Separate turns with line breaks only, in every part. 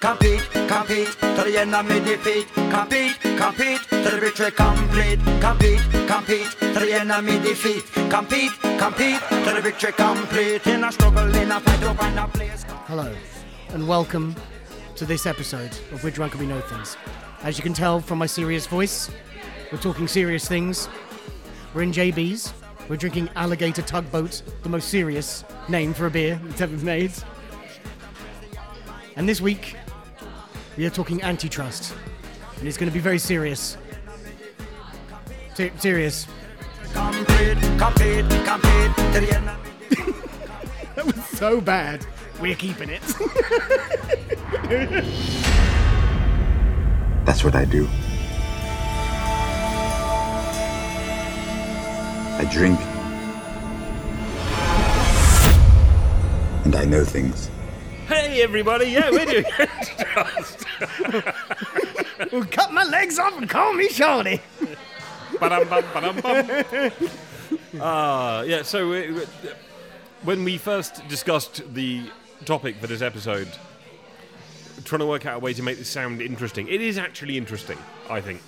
Compete, compete, till the end of me defeat. Compete, compete, till the victory complete. Compete, compete, till the end of me defeat. Compete, compete, till the victory complete. In a struggle, in a fight, up and a place.
Hello, and welcome to this episode of We're Drunk and We Know Things. As you can tell from my serious voice, we're talking serious things. We're in JB's. We're drinking Alligator Tugboat, the most serious name for a beer that's ever made. And this week, we are talking antitrust. And it's going to be very serious. Se- serious.
Complete, complete, complete, till the end of me
That was so bad. We're keeping it.
That's what I do. I drink. And I know things.
Hey everybody, yeah, we're doing
well, cut my legs off and call me Shawty.
Ba-dum, bum, ba-dum, bum. Ah, yeah. So we- we- when we first discussed the topic for this episode, trying to work out a way to make this sound interesting. It is actually interesting, I think.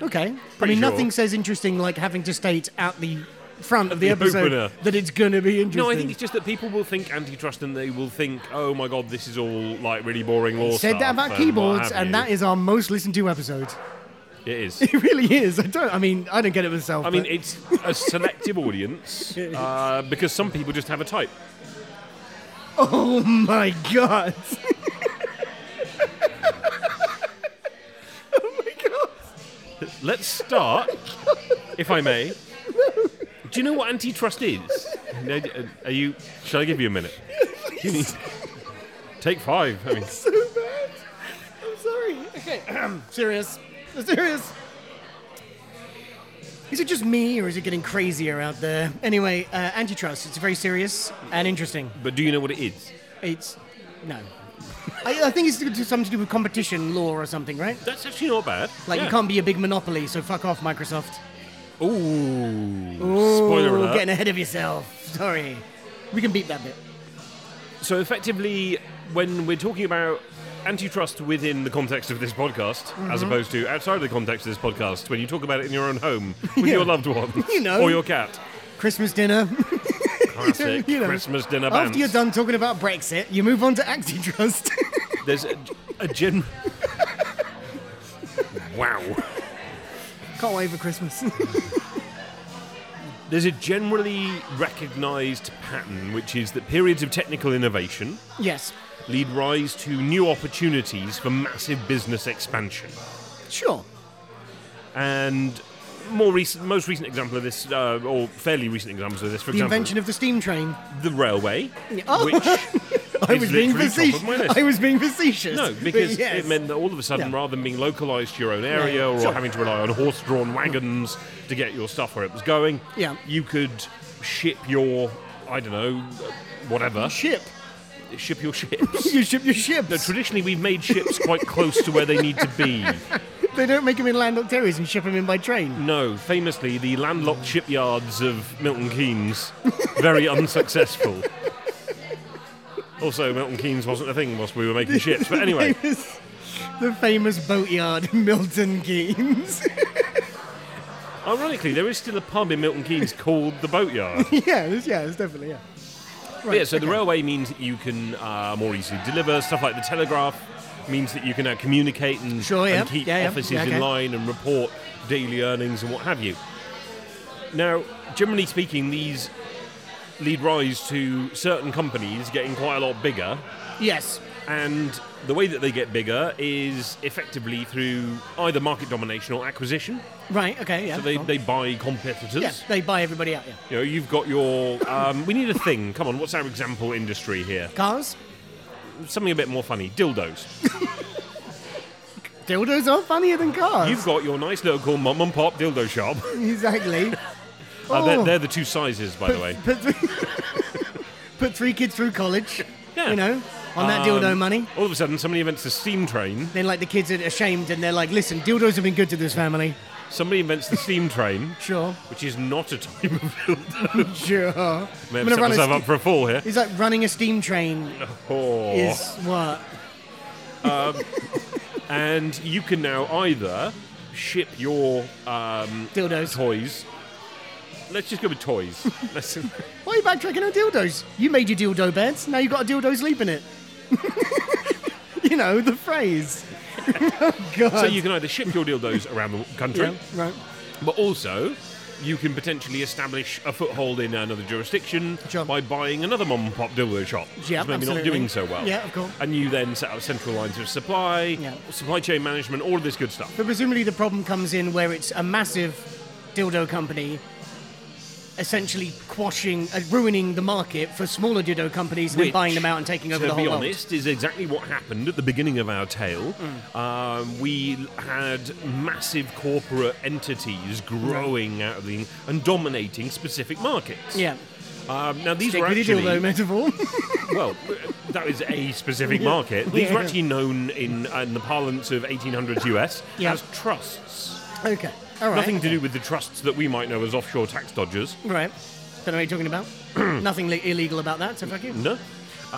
Okay.
Pretty
I mean,
sure.
nothing says interesting like having to state at the front of the,
The
episode
opener.
that it's going to be interesting.
No, I think it's just that people will think antitrust and they will think, oh my god, this is all like really boring law.
Said that
stuff
about
and what
keyboards,
have
and
you.
that is our most listened to episode.
it is.
It really is. I don't. I mean, I don't get it myself.
I mean,
but-
it's a selective audience uh, because some people just have a type.
oh my god. oh my god.
Let's start, if I may. Do you know what antitrust is? No, d- uh, Are you? Shall I give you a minute? You need- Take five. I mean,
So bad. I'm sorry. Okay. serious. Serious. Is it just me, or is it getting crazier out there? Anyway, uh, antitrust. It's very serious and interesting.
but do you know what it is?
It's no. I, I think it's to- to something to do with competition law or something, right?
That's actually not bad.
Like you can't be a big monopoly, so fuck off, Microsoft.
Ooh. Spoiler
Ooh,
alert.
Getting ahead of yourself. Sorry. We can beat that bit.
So effectively, when we're talking about antitrust within the context of this podcast, as
Mm-hmm.
opposed to outside of the context of this podcast, when you talk about it in your own home with your loved ones,
You know.
or your cat,
Christmas dinner.
classic
You know,
Christmas dinner.
After
bands.
you're done talking about Brexit, you move on to antitrust.
There's a, a gen. wow.
Can't wait for Christmas.
There's a generally recognised pattern, which is that periods of technical innovation
yes.
lead rise to new opportunities for massive business expansion.
Sure.
And more recent, most recent example of this, uh, or fairly recent examples of this, for
The
example,
invention of the steam train.
the railway,
Oh.
which
I
is
was being
literally
facetious.
top of my list.
I was being facetious.
No,
But
because
yes.
it meant that all of a sudden,
Yeah.
rather than being localised to your own area
yeah,
or
sure.
having to rely on horse-drawn wagons to get your stuff where it was going,
Yeah.
you could ship your, I don't know, whatever,
ship.
ship your ships.
You ship your ship.
no, traditionally we've made ships quite close to where they need to be.
they don't make them in landlocked areas and ship them in by train.
No, famously, the landlocked shipyards of Milton Keynes, very unsuccessful. Also, Milton Keynes wasn't a thing whilst we were making ships. But anyway,
Famous- the famous boatyard, Milton Keynes.
ironically, there is still a pub in Milton Keynes called the Boatyard.
yeah, it's, yeah, it's definitely yeah. Right,
yeah, so the
okay.
railway means that you can uh, more easily deliver. Stuff like the telegraph means that you can now communicate and,
Sure, yeah.
and keep
Yeah, yeah.
offices
Yeah, okay.
in line and report daily earnings and what have you. Now, generally speaking, these lead rise to certain companies getting quite a lot bigger,
Yes,
and the way that they get bigger is effectively through either market domination or acquisition.
right, okay, yeah.
So they,
cool.
they buy competitors.
yeah, they buy everybody out. Yeah,
You know, you've got your. Um, we need a thing. Come on, what's our example industry here?
cars,
something a bit more funny dildos
dildos are funnier than cars.
you've got your nice local mom and pop dildo shop
exactly.
uh, they're,
Oh.
they're the two sizes by the way
Put, three, put three kids through college.
Yeah. Um,
You know, on that dildo money.
all of a sudden somebody invents the steam train
Then like the kids are ashamed and they're like, listen, dildos have been good to this family.
somebody invents the steam train
Sure,
which is not a type of dildo
sure. I'm
may have
gonna run
set
a
myself
ste-
up for a fall here
It's like running a steam train
oh.
is what
and you can now either ship your um,
Dildos.
toys. Let's just go with toys. Let's-
Why are you backtracking on dildos? You made your dildo bed, now you got a dildo sleep in it. you know, the phrase. oh, God.
so you can either ship your dildos around the country,
Yeah, right.
but also you can potentially establish a foothold in another jurisdiction
Sure.
by buying another mom and pop dildo shop. that's
Yeah,
maybe
absolutely.
not doing so well.
Yeah, of course.
And you then set up central lines of supply,
Yeah.
supply chain management, all of this good stuff.
But presumably the problem comes in where it's a massive dildo company essentially quashing, uh, ruining the market for smaller dildo companies and then
Which,
buying them out and taking over
to
the whole
be
world.
honest, is exactly what happened at the beginning of our tale.
Hmm.
Um, we had massive corporate entities
Hmm.
growing out of the and dominating specific markets.
Yeah.
Um, now these
Stick
were
with your
actually
dildo metaphor.
well, that is a specific market. These were actually known in, uh, in the parlance of 1800s US
Yeah.
as trusts.
okay. All right.
Nothing to do with the trusts that we might know as offshore tax dodgers.
Right. Don't know what you're talking about. Nothing li- illegal about that, so fuck you.
No. Uh,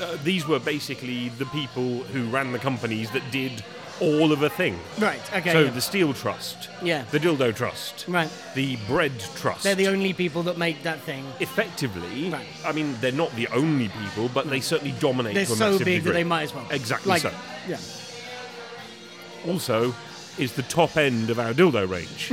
uh, these were basically the people who ran the companies that did all of a thing.
Right, okay.
so
yeah.
the Steel Trust,
Yeah.
the Dildo Trust,
Right.
the Bread Trust.
They're the only people that make that thing.
Effectively,
Right.
I mean, they're not the only people, but they certainly dominate.
They're
to a
so
massive
big that
degree.
they might as well.
Exactly
like,
so.
Yeah.
also is the top end of our dildo range.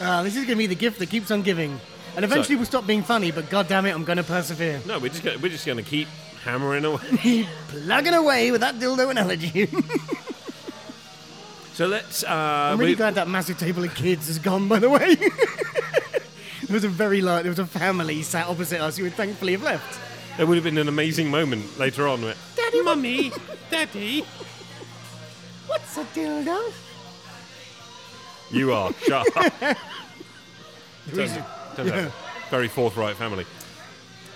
Uh, this is going to be the gift that keeps on giving. And eventually we'll stop being funny, but god damn it, I'm going to persevere.
no, we're just gonna, we're just going to keep hammering away.
Plugging away with that dildo analogy.
So let's. Uh,
I'm really glad that massive table of kids is gone, by the way. there was a very large, there was a family sat opposite us who would thankfully have left.
There would have been an amazing moment later on. Where, Daddy, mummy, daddy,
What's a dildo?
you are shut up. Turns-
reason-
turns out, Very forthright family.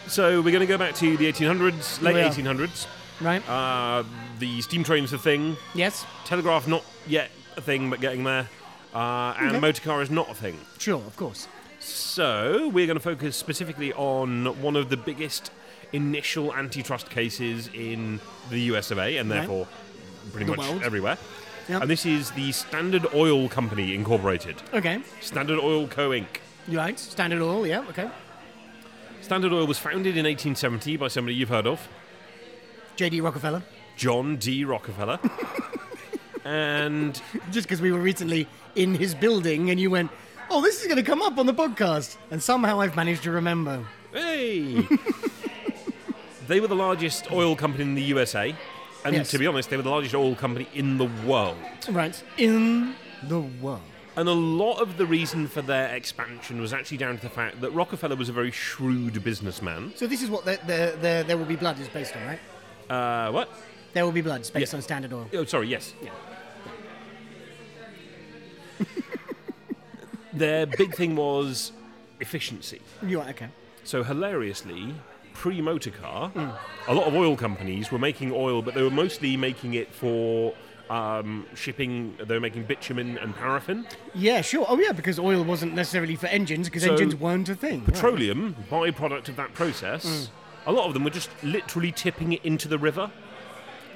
So we're going to go back to the 1800s, late
We are.
1800s.
Right?
Uh, the steam train's a thing.
yes?
Telegraph not yet a thing, but getting there. Uh, and motor car is not a thing.
Sure, of course.
So, we're going to focus specifically on one of the biggest initial antitrust cases in the US of A and therefore pretty
The
much
world.
everywhere.
Yep.
And this is the Standard Oil Company Incorporated.
Okay.
Standard Oil Co. Inc.
Right. Standard oil, yeah, okay.
Standard Oil was founded in 1870 by somebody you've heard of,
J.D. Rockefeller.
John D. Rockefeller. and
Just because we were recently in his building and you went, oh, this is going to come up on the podcast. And somehow I've managed to remember.
Hey! they were the largest oil company in the USA. And
Yes.
to be honest, they were the largest oil company in the world.
Right. In the world.
And a lot of the reason for their expansion was actually down to the fact that Rockefeller was a very shrewd businessman.
So this is what the, the, the There Will Be Blood is based on, right?
Uh, what?
There Will Be Blood is based
Yeah.
on Standard Oil.
Oh, sorry, yes. Their big thing was efficiency.
You are, okay.
So, hilariously, pre motor car, a lot of oil companies were making oil, but they were mostly making it for um, shipping, they were making bitumen and paraffin.
Yeah, sure. Oh, yeah, because oil wasn't necessarily for engines because
So,
engines weren't a thing. Right.
petroleum byproduct of that process.
Mm.
A lot of them were just literally tipping it into the river.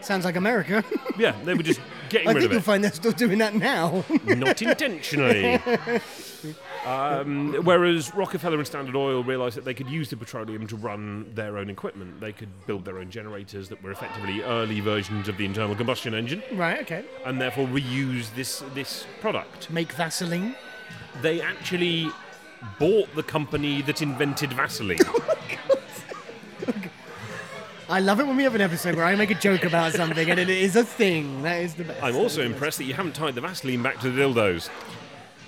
Sounds like America.
Yeah, they were just getting
I
rid
think
of
you'll
it,
find they're still doing that now.
not intentionally. Um, whereas Rockefeller and Standard Oil realised that they could use the petroleum to run their own equipment. They could build their own generators that were effectively early versions of the internal combustion engine,
right, okay.
and therefore reuse this this product.
Make Vaseline.
They actually bought the company that invented Vaseline.
I love it when we have an episode where I make a joke about something and it is a thing. That is the best.
I'm also
That is the
impressed that you haven't tied the Vaseline back to the dildos.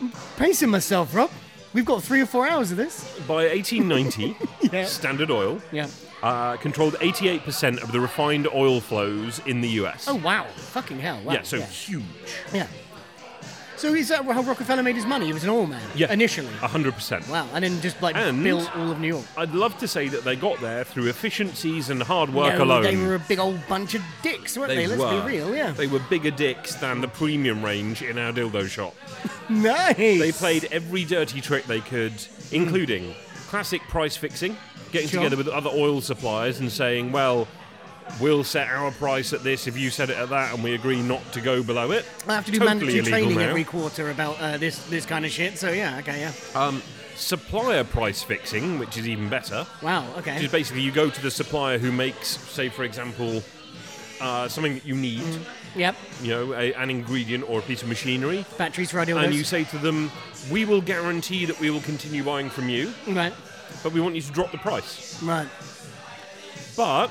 best. Pacing myself, Rob. We've got three or four hours of this.
By 1890,
Yeah.
Standard Oil
Yeah.
uh, controlled 88% of the refined oil flows in the US.
Oh wow! Fucking hell! Wow.
yeah, so
yeah.
huge.
Yeah. So is that how Rockefeller made his money? He was an oil man.
Yeah,
Initially.
100%.
Wow. And then just like
And-
built all of New York.
I'd love to say that they got there through efficiencies and hard work
no,
alone.
They were a big old bunch of dicks, weren't they?
They
Let's
were.
be real. Yeah.
They were bigger dicks than the premium range in our dildo shop.
nice.
They played every dirty trick they could, including classic price fixing, getting
Sure.
together with other oil suppliers and saying, well, we'll set our price at this if you set it at that, and we agree not to go below it.
I have to do
Totally
mandatory
illegal
training
now.
every quarter about uh, this this kind of shit. So yeah, okay, yeah.
Supplier price fixing, which is even better.
Wow,
Which
okay.
is basically you go to the supplier who makes, say, for example, uh, something that you need,
Yep.
you know, a, an ingredient or a piece of machinery,
Batteries for ideal
and you
dose.
say to them, "We will guarantee that we will continue buying from you,
Right,
but we want you to drop the price."
right.
But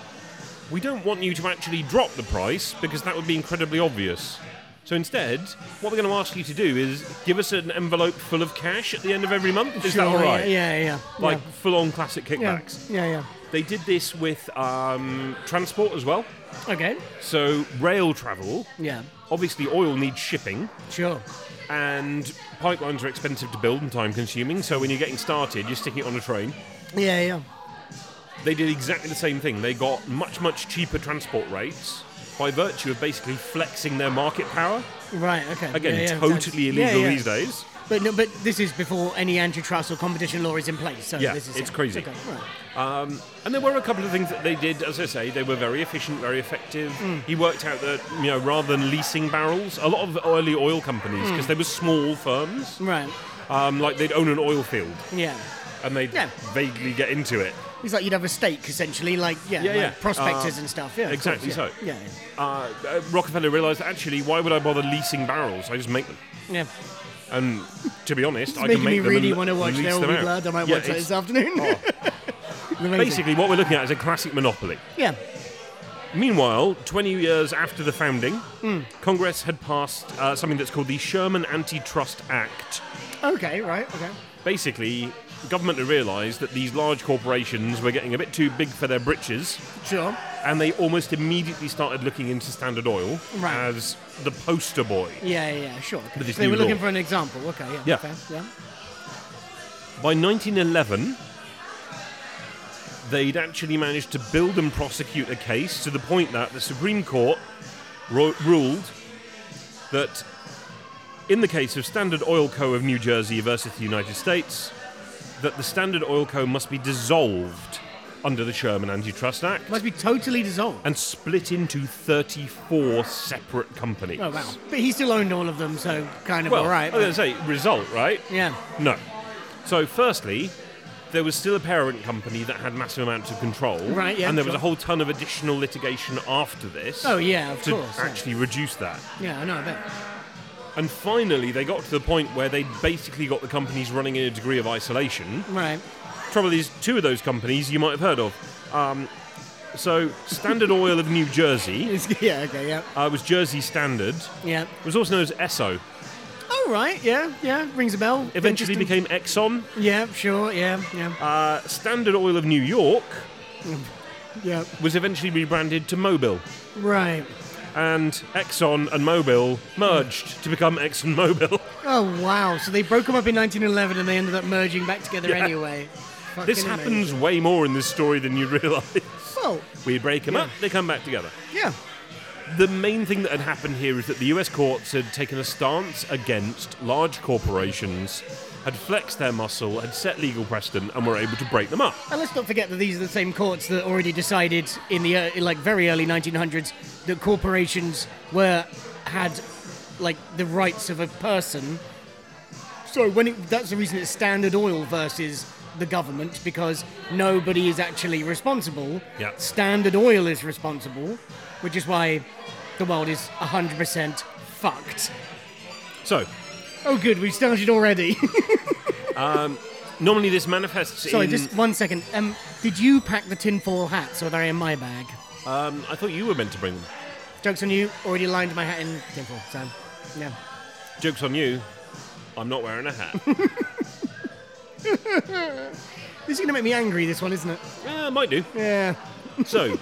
we don't want you to actually drop the price because that would be incredibly obvious. So instead, what we're going to ask you to do is give us an envelope full of cash at the end of every month. Is that
Sure,
all
yeah,
right?
Yeah, yeah.
Like full-on classic
yeah.
kickbacks.
yeah, yeah,
They did this with um, transport as well.
yeah. Okay.
So rail travel,
Yeah.
obviously oil needs shipping,
Sure.
and pipelines are expensive to build and time-consuming. So when you're getting started, you're sticking it on a train.
Yeah, yeah.
They did exactly the same thing. They got much much cheaper transport rates by virtue of basically flexing their market power.
Right, okay.
Again,
yeah, yeah,
totally
yeah,
illegal
yeah.
these days.
But no, but this is before any antitrust or competition law is in place. So
Yeah,
this is
it's crazy.
Okay, right.
And there were a couple of things that they did, as I say, they were very efficient, very effective.
Mm.
He worked out that, you know, rather than leasing barrels, a lot of early oil
Mm.
companies, because they were small firms,
Right.
um, like they'd own an oil field
Yeah.
and they'd
Yeah.
vaguely get into it.
It's like you'd have a stake essentially, like yeah,
Yeah,
like
yeah. Uh,
prospectors and stuff. Yeah. of course,
exactly
yeah.
so.
Yeah,
Uh, uh, Rockefeller realised, actually, why would I bother leasing barrels? I just make them.
yeah. yeah.
And to be honest, I
Making
can make
me
them
really
and
want to watch
lease
There Will
them
Be
out.
Blood. I might
Yeah,
watch that
it's-
this afternoon.
oh.
Amazing.
Basically, what we're looking at is a classic monopoly.
Yeah.
Meanwhile, 20 years after the founding,
Hmm.
Congress had passed uh, something that's called the Sherman Antitrust Act.
Okay. Right. Okay.
Basically, government had realised that these large corporations were getting a bit too big for their britches,
Sure.
and they almost immediately started looking into Standard Oil
Right.
as the poster boy.
Yeah. Yeah. yeah, Sure. okay.
With this
They
new
were looking
law.
for an example. Okay. Yeah.
Yeah.
Fair. Yeah.
By 1911, they'd actually managed to build and prosecute a case to the point that the Supreme Court ro- ruled that in the case of Standard Oil Co. of New Jersey versus the United States, that the Standard Oil Co. must be dissolved under the Sherman Antitrust Act
Must be totally dissolved.
and split into 34 separate companies.
Oh wow. But he still owned all of them, so kind of
Well, oh,
all right.
I was going to say, result, right?
yeah.
No. So, firstly, there was still a parent company that had massive amounts of control.
Right, yeah,
And there was
sure.
a whole ton of additional litigation after this.
Oh yeah. Of
To
course. yeah.
actually reduce that.
Yeah. I know. I bet.
And finally, they got to the point where they basically got the companies running in a degree of isolation.
Right.
Trouble is, two of those companies you might have heard of. Um, so, Standard Oil of New Jersey,
It's- yeah. Okay. Yeah.
uh, was Jersey Standard,
Yeah.
was also known as ESSO.
All right. Yeah. Yeah. Rings a bell.
Eventually
Interesting.
became Exxon.
Yeah. Sure. Yeah. Yeah.
Uh, Standard Oil of New York
yeah.
was eventually rebranded to Mobil.
Right.
and Exxon and Mobil merged to become Exxon Mobil.
Oh wow! So they broke them up in 1911, and they ended up merging back together
Yeah.
anyway. Fucking
this happens way more in this story than you realise.
amazing. Well,
We break them up, they come back together.
yeah.
The main thing that had happened here is that the US courts had taken a stance against large corporations, had flexed their muscle, had set legal precedent, and were able to break them up.
And let's not forget that these are the same courts that already decided in the uh, like very early 1900s that corporations were had like the rights of a person. So when it, that's the reason it's Standard Oil versus the government because nobody is actually responsible.
Yeah.
Standard Oil is responsible, which is why the world is 100% fucked.
So,
Oh, good. We've started already.
normally this manifests
Sorry,
in.
just one second. Um, did you pack the tinfoil hats, or are they in my bag?
um, I thought you were meant to bring them.
Jokes on you. Already lined my hat in tinfoil. So, yeah.
Joke's on you. I'm not wearing a hat.
This is gonna make me angry. This one, isn't it?
uh, might do.
Yeah.
So,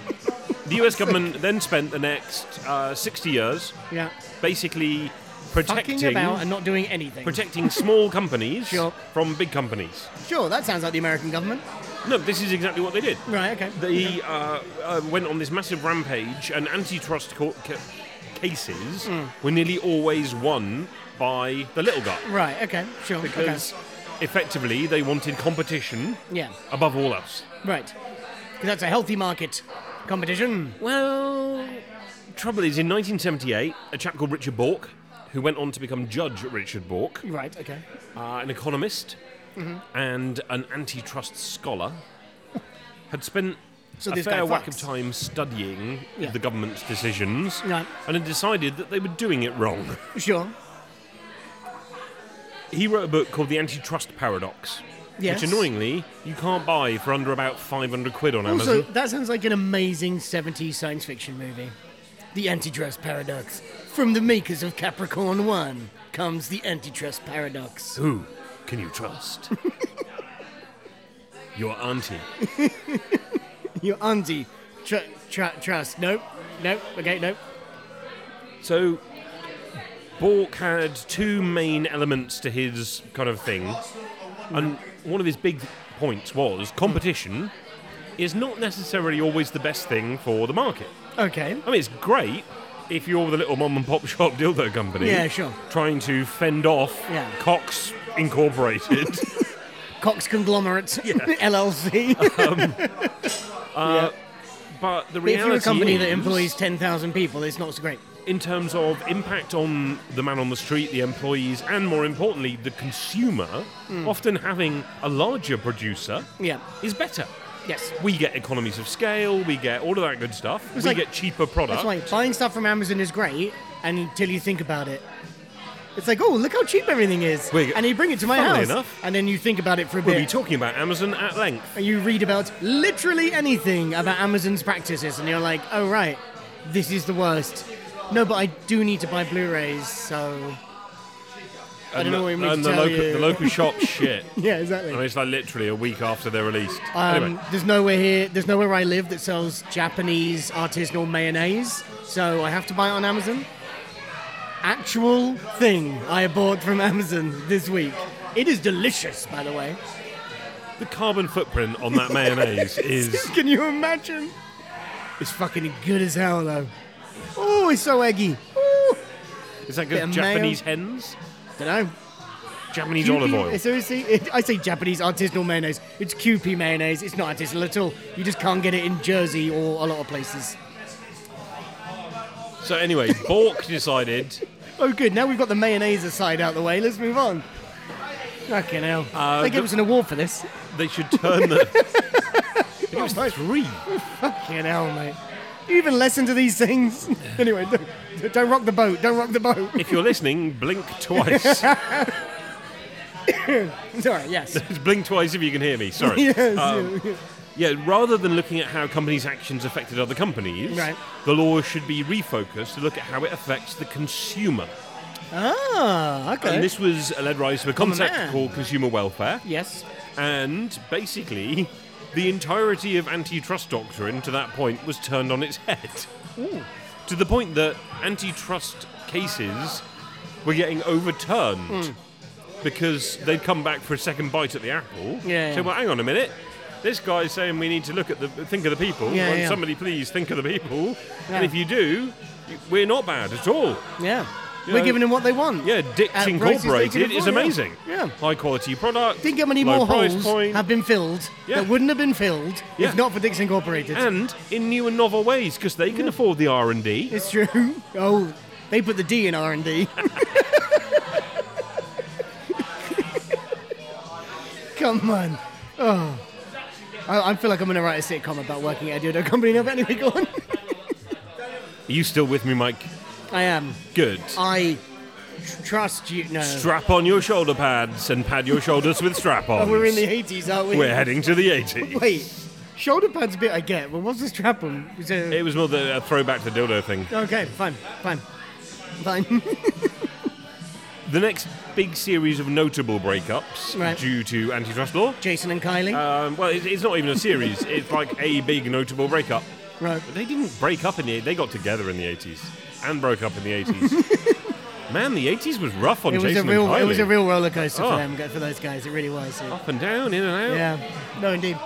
the US government then spent the next uh, 60 years
Yeah.
basically
Fucking
protecting
about and not doing anything.
protecting small companies
Sure.
from big companies.
sure, that sounds like the American government.
No, this is exactly what they did.
Right. Okay.
They uh, uh, went on this massive rampage, and antitrust court ca- cases
Hmm.
were nearly always won by the little guy
Right. Okay. Sure.
because effectively they wanted competition
okay. Yeah.
above all else.
Right. Because that's a healthy market. competition.
Well, trouble is, in 1978, a chap called Richard Bork, who went on to become Judge Richard Bork,
Right, okay.
uh, an economist and an antitrust scholar, had spent
So
a
this guy
fair whack of
fucks.
time studying
Yeah.
the government's decisions
Right.
and had decided that they were doing it wrong.
Sure.
He wrote a book called The Antitrust Paradox.
Yes.
Which annoyingly you can't buy for under about 500 quid on
Also,
Amazon.
that sounds like an amazing 70s science fiction movie. The Antitrust Paradox. From the makers of Capricorn 1 comes the Antitrust Paradox.
Who can you trust? Your auntie.
Your auntie. Tr- tr- trust. Nope. Nope. Okay, nope.
So, Bork had two main elements to his kind of thing, and one of his big points was competition is not necessarily always the best thing for the market.
Okay.
I mean, it's great if you're the little mom and pop shop dildo company.
Yeah, sure.
Trying to fend off
Yeah.
Cox Incorporated.
Cox Conglomerate LLC.
Uh, but the
if
reality
you're a company that
is,
employs 10,000 people, it's not so great.
in terms of impact on the man on the street, the employees, and more importantly, the consumer,
Hmm.
often having a larger producer
Yeah.
is better.
Yes.
We get economies of scale, we get all of that good stuff, we
It's like-
get cheaper
That's
product.
why buying stuff from Amazon is great until you think about it. It's like, oh, look how cheap everything is.
Wait,
and you bring it to my
funnily
house.
enough-
and then you think about it for a
We'll be
bit.
talking about Amazon at length.
and you read about literally anything about Amazon's practices. And you're like, oh, right, this is the worst. No, but I do need to buy Blu rays, so. I don't
and
know what
the,
you mean
and
to
the
tell
local,
you.
the local shop shit.
Yeah, exactly.
I mean, it's like literally a week after they're released.
Um,
anyway,
There's nowhere here. There's nowhere I live that sells Japanese artisanal mayonnaise, so I have to buy it on Amazon. Actual thing I bought from Amazon this week. It is delicious, by the way.
the carbon footprint on that mayonnaise is
Can you imagine? It's fucking good as hell, though. Oh, it's so eggy. Ooh.
is that
Bit
good?
of
Japanese hens,
Don't know.
Japanese olive oil.
Seriously, it, I say Japanese artisanal mayonnaise. It's QP mayonnaise. It's not artisanal at all. You just can't get it in Jersey or a lot of places.
So anyway, Bork decided
Oh, good. Now we've got the mayonnaise aside out the way. Let's move on. Fucking hell. they gave
Uh, the-
us an award for this.
they should turn the. it was three.
Fucking hell, mate. You even listen to these things. anyway, don't, don't rock the boat. Don't rock the boat.
If you're listening, blink twice.
Sorry, yes.
Just blink twice if you can hear me. Sorry.
yes.
Um,
yeah.
yeah, rather than looking at how companies' actions affected other companies,
Right.
the law should be refocused to look at how it affects the consumer.
Ah, okay.
And this was led rise to a concept
man.
called consumer welfare.
yes.
And basically, the entirety of antitrust doctrine to that point was turned on its head. To the point that antitrust cases were getting overturned
Hmm.
because they'd come back for a second bite at the apple.
Yeah, yeah.
So, well, hang on a minute. This guy's saying we need to look at the think of the people.
Yeah,
Won't
yeah.
Somebody please think of the people.
Yeah.
And if you do, you- we're not bad at all.
Yeah.
You
We're
know,
giving them what they want.
Yeah, Dick's
At prices they can
Incorporated is
afford, yeah.
amazing.
Yeah.
High quality product.
Think how many
low
more
price
holes
point.
have been filled
Yeah.
that wouldn't have been filled
Yeah.
if not for Dix Incorporated.
and in new and novel ways because they can afford the R and D.
It's true. Oh, they put the D in R and D. Come on. Oh, I, I feel like I'm gonna write a sitcom about working at a dildo company now. But anyway, go on.
Are you still with me, Mike?
I am.
Good.
I tr- trust you. No.
Strap on your shoulder pads and pad your shoulders with strap-ons.
Oh, we're in the 80s, aren't we?
We're heading to the 80s.
Wait. Shoulder pads a bit I get, but what's the strap on? Is it-
It was more the a throwback to dildo thing.
Okay, fine, fine, fine.
The next big series of notable breakups
Right.
due to antitrust law.
Jason and Kylie.
Um, well, it's, it's not even a series. it's like a big notable breakup.
right.
But they didn't break up in the. They got together in the 80s and broke up in the 80s. Man, the 80s was rough on
It was a
Jason
real.
and Kylie.
It was a real roller coaster
Oh.
for them, for those guys. It really was. yeah.
up and down, in and out.
Yeah. No, indeed.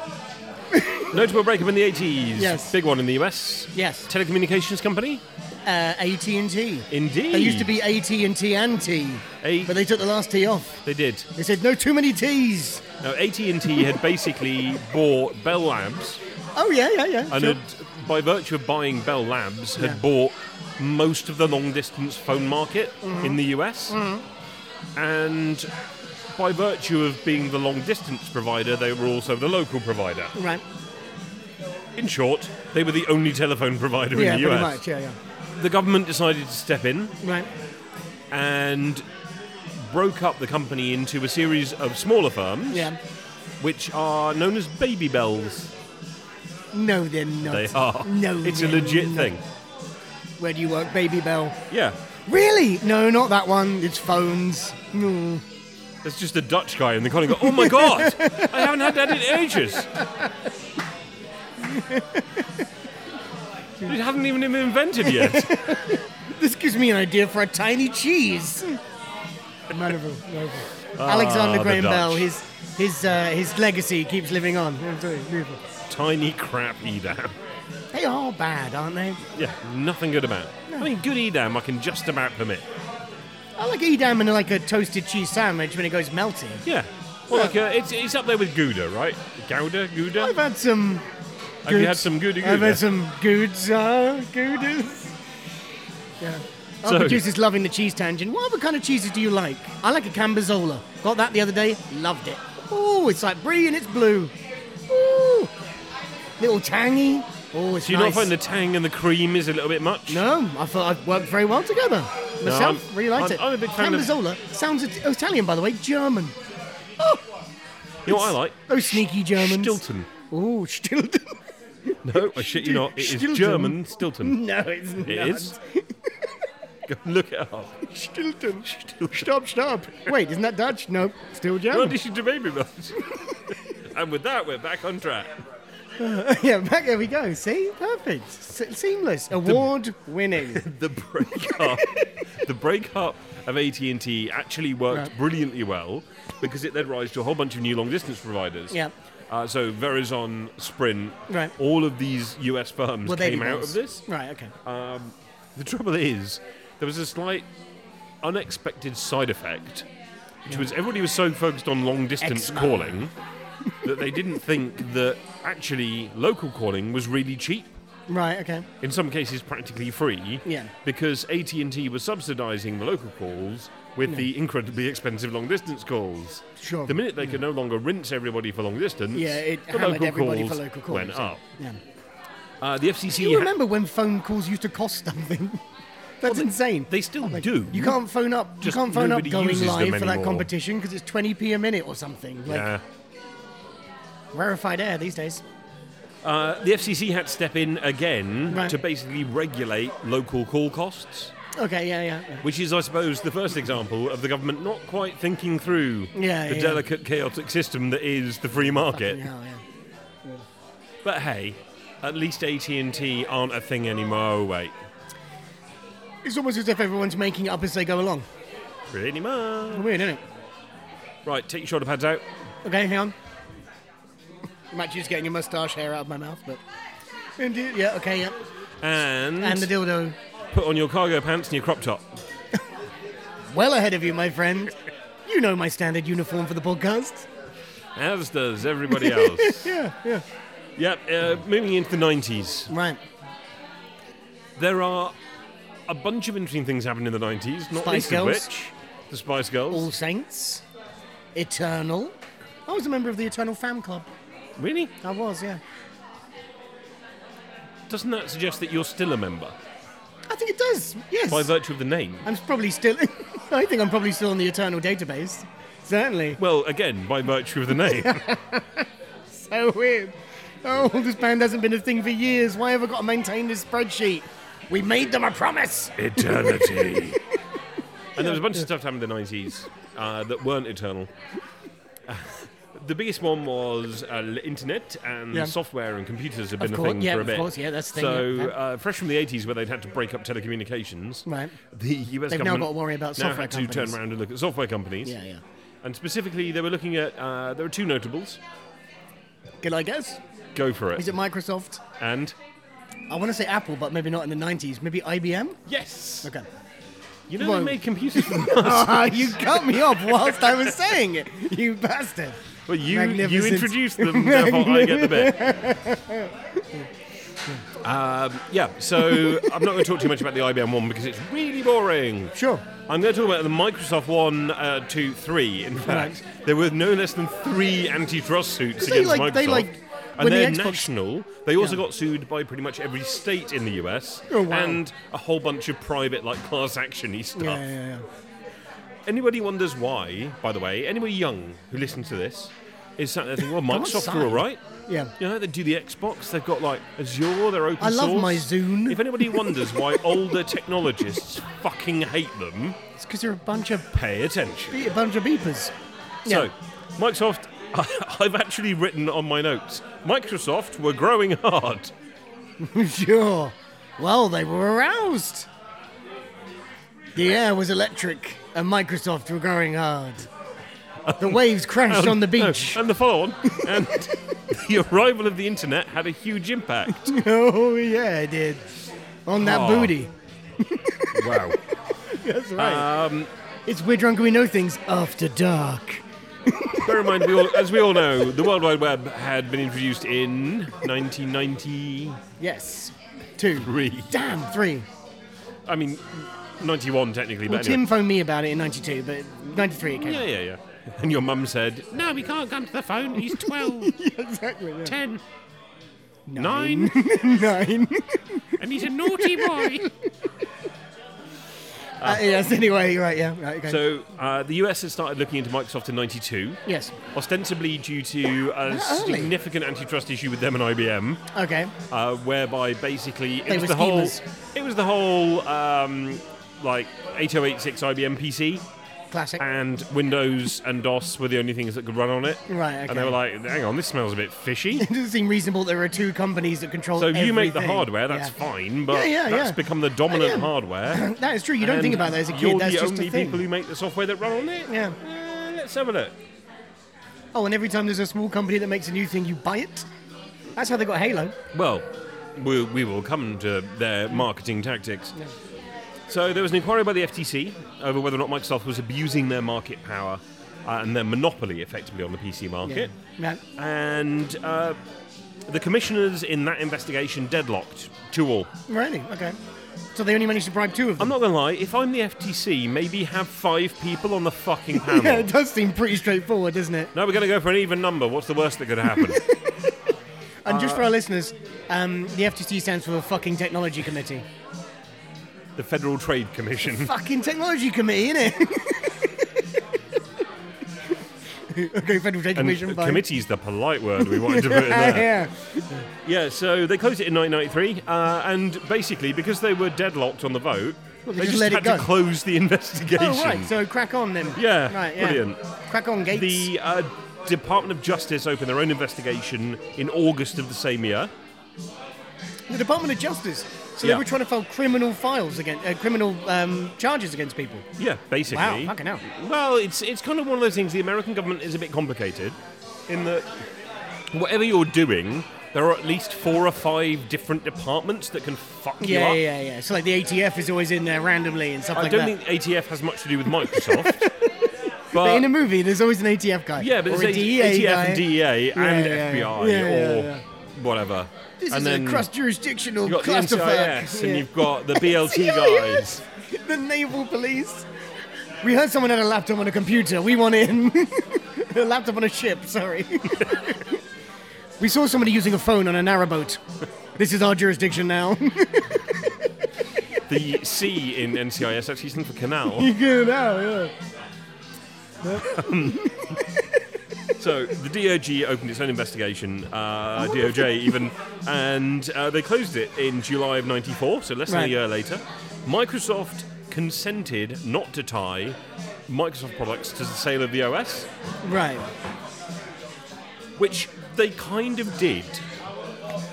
Notable breakup in the 80s.
Yes.
Big one in the US.
Yes.
Telecommunications company?
Uh, AT and T.
Indeed.
They used to be AT and T and T,
A-
but they took the last T off.
They did.
They said no too many T's.
Now, AT&T had basically bought Bell Labs
Oh yeah, yeah, yeah.
and
sure.
had by virtue of buying Bell Labs, had bought most of the long distance phone market
Mm-hmm.
in the US. And by virtue of being the long distance provider, they were also the local provider.
Right.
In short, they were the only telephone provider
Yeah,
in the
pretty
US.
much. Yeah, yeah.
The government decided to step in
Right.
and broke up the company into a series of smaller firms,
Yeah.
which are known as Baby Bells.
No, they're not.
They are.
No,
it's a
they're
legit
not.
thing.
Where do you work, Baby Bell?
Yeah.
Really? No, not that one. It's phones. No.
There's just a Dutch guy in the corner. go, Oh my god! I haven't had that in ages. It hasn't even been invented yet.
This gives me an idea for a tiny cheese. Wonderful. wonderful. Alexander
Ah, the
Graham
Dutch.
Bell, his his uh, his legacy keeps living on. Beautiful.
Tiny crap Edam.
They are bad, aren't they?
Yeah, nothing good about. it. I mean, good Edam I can just about permit.
I like Edam and like a toasted cheese sandwich when it goes melty.
Yeah. Well, like, uh, it's, it's up there with Gouda, right? Gouda? Gouda?
I've had some.
Have you
goods.
had some Gouda
I've
Gouda?
had some goods. Uh, gooders. Yeah. Our
So-
producer's loving the cheese tangent. What other kind of cheeses do you like? I like a Cambazola. Got that the other day. Loved it. Oh, it's like brie and it's blue. Ooh, little tangy. Oh, it's
Do you
nice.
not find the tang and the cream is a little bit much?
No, I thought I've worked very well together. Myself,
I'm-
really liked
I'm-
it.
I'm a big fan of-
Cambazola sounds it- oh, Italian, by the way. German.
You know what I like?
Those Oh, sneaky Germans.
Stilton.
Oh, Stilton.
No, I shit you not. It is
Stilton.
German Stilton.
no, it's not.
It is. Go look it up.
Stilton. Stop, stop. Wait, isn't that Dutch? Nope, still
Well,
German.
this is the baby bells. and with that, we're back on track.
yeah, back there we go. See? Perfect. Se- seamless. Award winning.
The breakup, the breakup of AT and T actually worked
Right.
brilliantly well because it led rise to a whole bunch of new long distance providers.
Yeah.
Uh, so Verizon, Sprint,
Right.
all of these US firms
Well, they
came
did
out
those.
of this.
Right, okay.
The trouble is, there was a slight unexpected side effect, which was everybody was so focused on long distance
Eczema.
calling that they didn't think that actually local calling was really cheap.
right, okay.
In some cases, practically free.
Yeah.
Because AT and T was subsidising the local calls with the incredibly expensive long distance calls.
Sure.
The minute they could no longer rinse everybody for long distance,
Yeah, it
the
hammered
local
everybody
calls
for local calls.
went up.
Yeah.
Uh, the FCC.
Do you
ha-
remember when phone calls used to cost something? That's insane.
They still do.
Oh You can't phone up. You
Just
can't phone up
nobody
going
uses them
live for that
anymore.
competition because it's 20p a minute or something. Like
Yeah.
rarefied air these days.
Uh, the FCC had to step in again
Right.
to basically regulate local call costs,
Okay, yeah, yeah, yeah.
which is, I suppose, the first example of the government not quite thinking through
Yeah,
the
yeah.
delicate, chaotic system that is the free market.
Fucking hell, yeah.
But hey, at least AT and T aren't a thing anymore. Oh, wait,
It's almost as if everyone's making it up as they go along.
pretty much.
Weird, isn't it?
Right, take your shoulder pads out.
Okay, hang on. I'm actually just getting your mustache hair out of my mouth, but. Indeed, yeah, okay, yeah.
And,
And the dildo.
put on your cargo pants and your crop top.
Well ahead of you, my friend. You know my standard uniform for the podcast.
As does everybody else.
Yeah, yeah.
yep, uh, moving into the 90s.
Right.
There are a bunch of interesting things happening in the 90s, not
Spice
least
Girls.
of which the Spice Girls.
All Saints. Eternal. I was a member of the Eternal Fan Club.
Really?
I was, yeah.
Doesn't that suggest that you're still a member
I think it does, yes.
by virtue of the name?
I'm probably still. I think I'm probably still on the Eternal database. Certainly.
Well, again, by virtue of the name.
So weird. Oh, this band hasn't been a thing for years. Why have I got to maintain this spreadsheet? We made them a promise.
Eternity. and there was a bunch of stuff happened in the 90s uh, that weren't eternal. the biggest one was uh, l- internet and
Yeah.
software and computers have
Of
been
course-
a thing
yeah,
for a
of
bit.
course, yeah, that's the thing,
So,
yeah.
uh, fresh from the 80s where they'd had to break up telecommunications,
Right.
the US
They've now
government
got to worry about
now
software
had to
companies.
turn around and look at software companies.
Yeah, yeah.
And specifically, they were looking at, uh, there were two notables.
Good, I guess.
Go for it.
Is it Microsoft?
and
I want to say Apple, but maybe not in the 90s. Maybe IBM?
yes,
Okay.
you know
Well-
they made computers from us.
Ah, you cut me off whilst I was saying it. You bastard.
But you you
Magnificent.
introduced them, therefore I get the bit. Um, yeah, so I'm not going to talk too much about the IBM one because it's really boring.
Sure.
I'm going to talk about the Microsoft one, uh, two, three. In fact, there were no less than three antitrust suits
'Cause
against
they, like-
Microsoft.
they, like,
and
when the
they're
Xbox-
national. They also
Yeah.
got sued by pretty much every state in the US
Oh, wow.
and a whole bunch of private, like class actiony stuff.
Yeah, yeah, yeah.
Anybody wonders why? By the way, anybody young who listens to this is sat there thinking, "Well, Microsoft
outside.
are all right."
Yeah.
You know, they do the Xbox. They've got like Azure. They're open
I love
source.
my Zune.
If anybody wonders why older technologists fucking hate them,
It's because you're a bunch of
pay attention.
a bunch of beepers.
So, Microsoft, I've actually written on my notes. Microsoft were growing hard.
sure. Well, they were aroused. The air was electric, and Microsoft were going hard. The waves crashed on the beach.
and the follow-on, and the arrival of the internet had a huge impact.
Oh yeah, I did. On that
Oh.
booty.
Wow. Um,
That's right. it's we're drunk and we know things after dark.
Bear in mind, we all, as we all know, the World Wide Web had been introduced in 1993.
Yes. Two. Damn. Three.
I mean, 91 technically,
Well,
but
Tim
anyway.
phoned me about it in '92, but '93 it came.
Yeah, yeah, yeah. And your mum said, "No, he can't come to the phone. He's 12,
Exactly. yeah.
10, 9,
Nine.
and he's a naughty boy."
Uh, yes. Anyway, right. Yeah. Right. Okay.
Ah. So uh, the US has started looking into Microsoft in '92,
yes.
ostensibly due to a
That early?
significant antitrust issue with them and IBM,
Okay.
uh, whereby basically it
They
was
were
the whole
schemers.
it was the whole um, like 8086 IBM PC
Classic.
and Windows and DOS were the only things that could run on it.
Right,
And they
okay.
were like, "Hang on, this smells a bit fishy."
It doesn't seem reasonable. There are two companies that control.
So you make the
everything.
hardware, that's
Yeah.
fine, but
Yeah, yeah,
that's
yeah. Oh,
become the dominant
Yeah.
hardware.
That is true. You don't think
And
about that as a
You're
kid. That's
the
just
only
a thing.
people who make the software that run on it.
Yeah.
Uh, let's have a look.
Oh, and every time there's a small company that makes a new thing, you buy it. That's how they got Halo.
Well, we, we will come to their marketing tactics. So there was an inquiry by the FTC over whether or not Microsoft was abusing their market power uh, and their monopoly, effectively, on the PC market.
Yeah.
And uh, the commissioners in that investigation deadlocked two all.
Really? Okay. So they only managed to bribe two of
I'm
them.
not going to lie, if I'm the FTC, maybe have five people on the fucking panel.
yeah, it does seem pretty straightforward, doesn't it?
No, we're going to go for an even number. What's the worst that could happen?
And just
Uh,
for our listeners, um, the FTC stands for the fucking technology committee.
the Federal Trade Commission.
fucking technology committee, innit? okay, Federal Trade
And
Commission. fine.
committee's the polite word we wanted to put in
Yeah,
there. Yeah, so they closed it in 1993, uh, and basically because they were deadlocked on the vote,
Well,
they,
they just
just,
let it
had
go.
to close the investigation.
Oh, right. So crack on then.
Yeah,
Right, yeah.
brilliant.
Crack on, Gates.
the uh, Department of Justice opened their own investigation in August of the same year.
The Department of Justice. So
Yeah.
they were trying to file criminal files against uh, criminal um, charges against people.
Yeah,
Wow,
basically.
fucking hell.
Well, it's it's kind of one of those things. The American government is a bit complicated, in that whatever you're doing, there are at least four or five different departments that can fuck you
Yeah,
up.
yeah, yeah. So like the ATF is always in there randomly and stuff
I
like
don't
that.
think ATF has much to do with Microsoft.
but in a movie, there's always an ATF guy.
Yeah, but
or
it's
a
a-
DEA
ATF
guy.
and DEA and
yeah, yeah.
FBI
Yeah, yeah,
or
yeah.
whatever.
This
and
is
then
a cross-jurisdictional
you've got the NCIS
clusterfuck.
and
Yeah.
you've got the BLT guys.
NCIS. the naval police. We heard someone had a laptop on a computer. We want in. a laptop on a ship. Sorry. we saw somebody using a phone on a narrowboat. This is our jurisdiction now.
The C in NCIS actually stands for canal.
Get it out, yeah.
So the DOJ opened its own investigation, uh,
Oh.
DOJ even, and uh, they closed it in July of '94, so less than
Right.
a year later. Microsoft consented not to tie Microsoft products to the sale of the OS,
Right.
which they kind of did.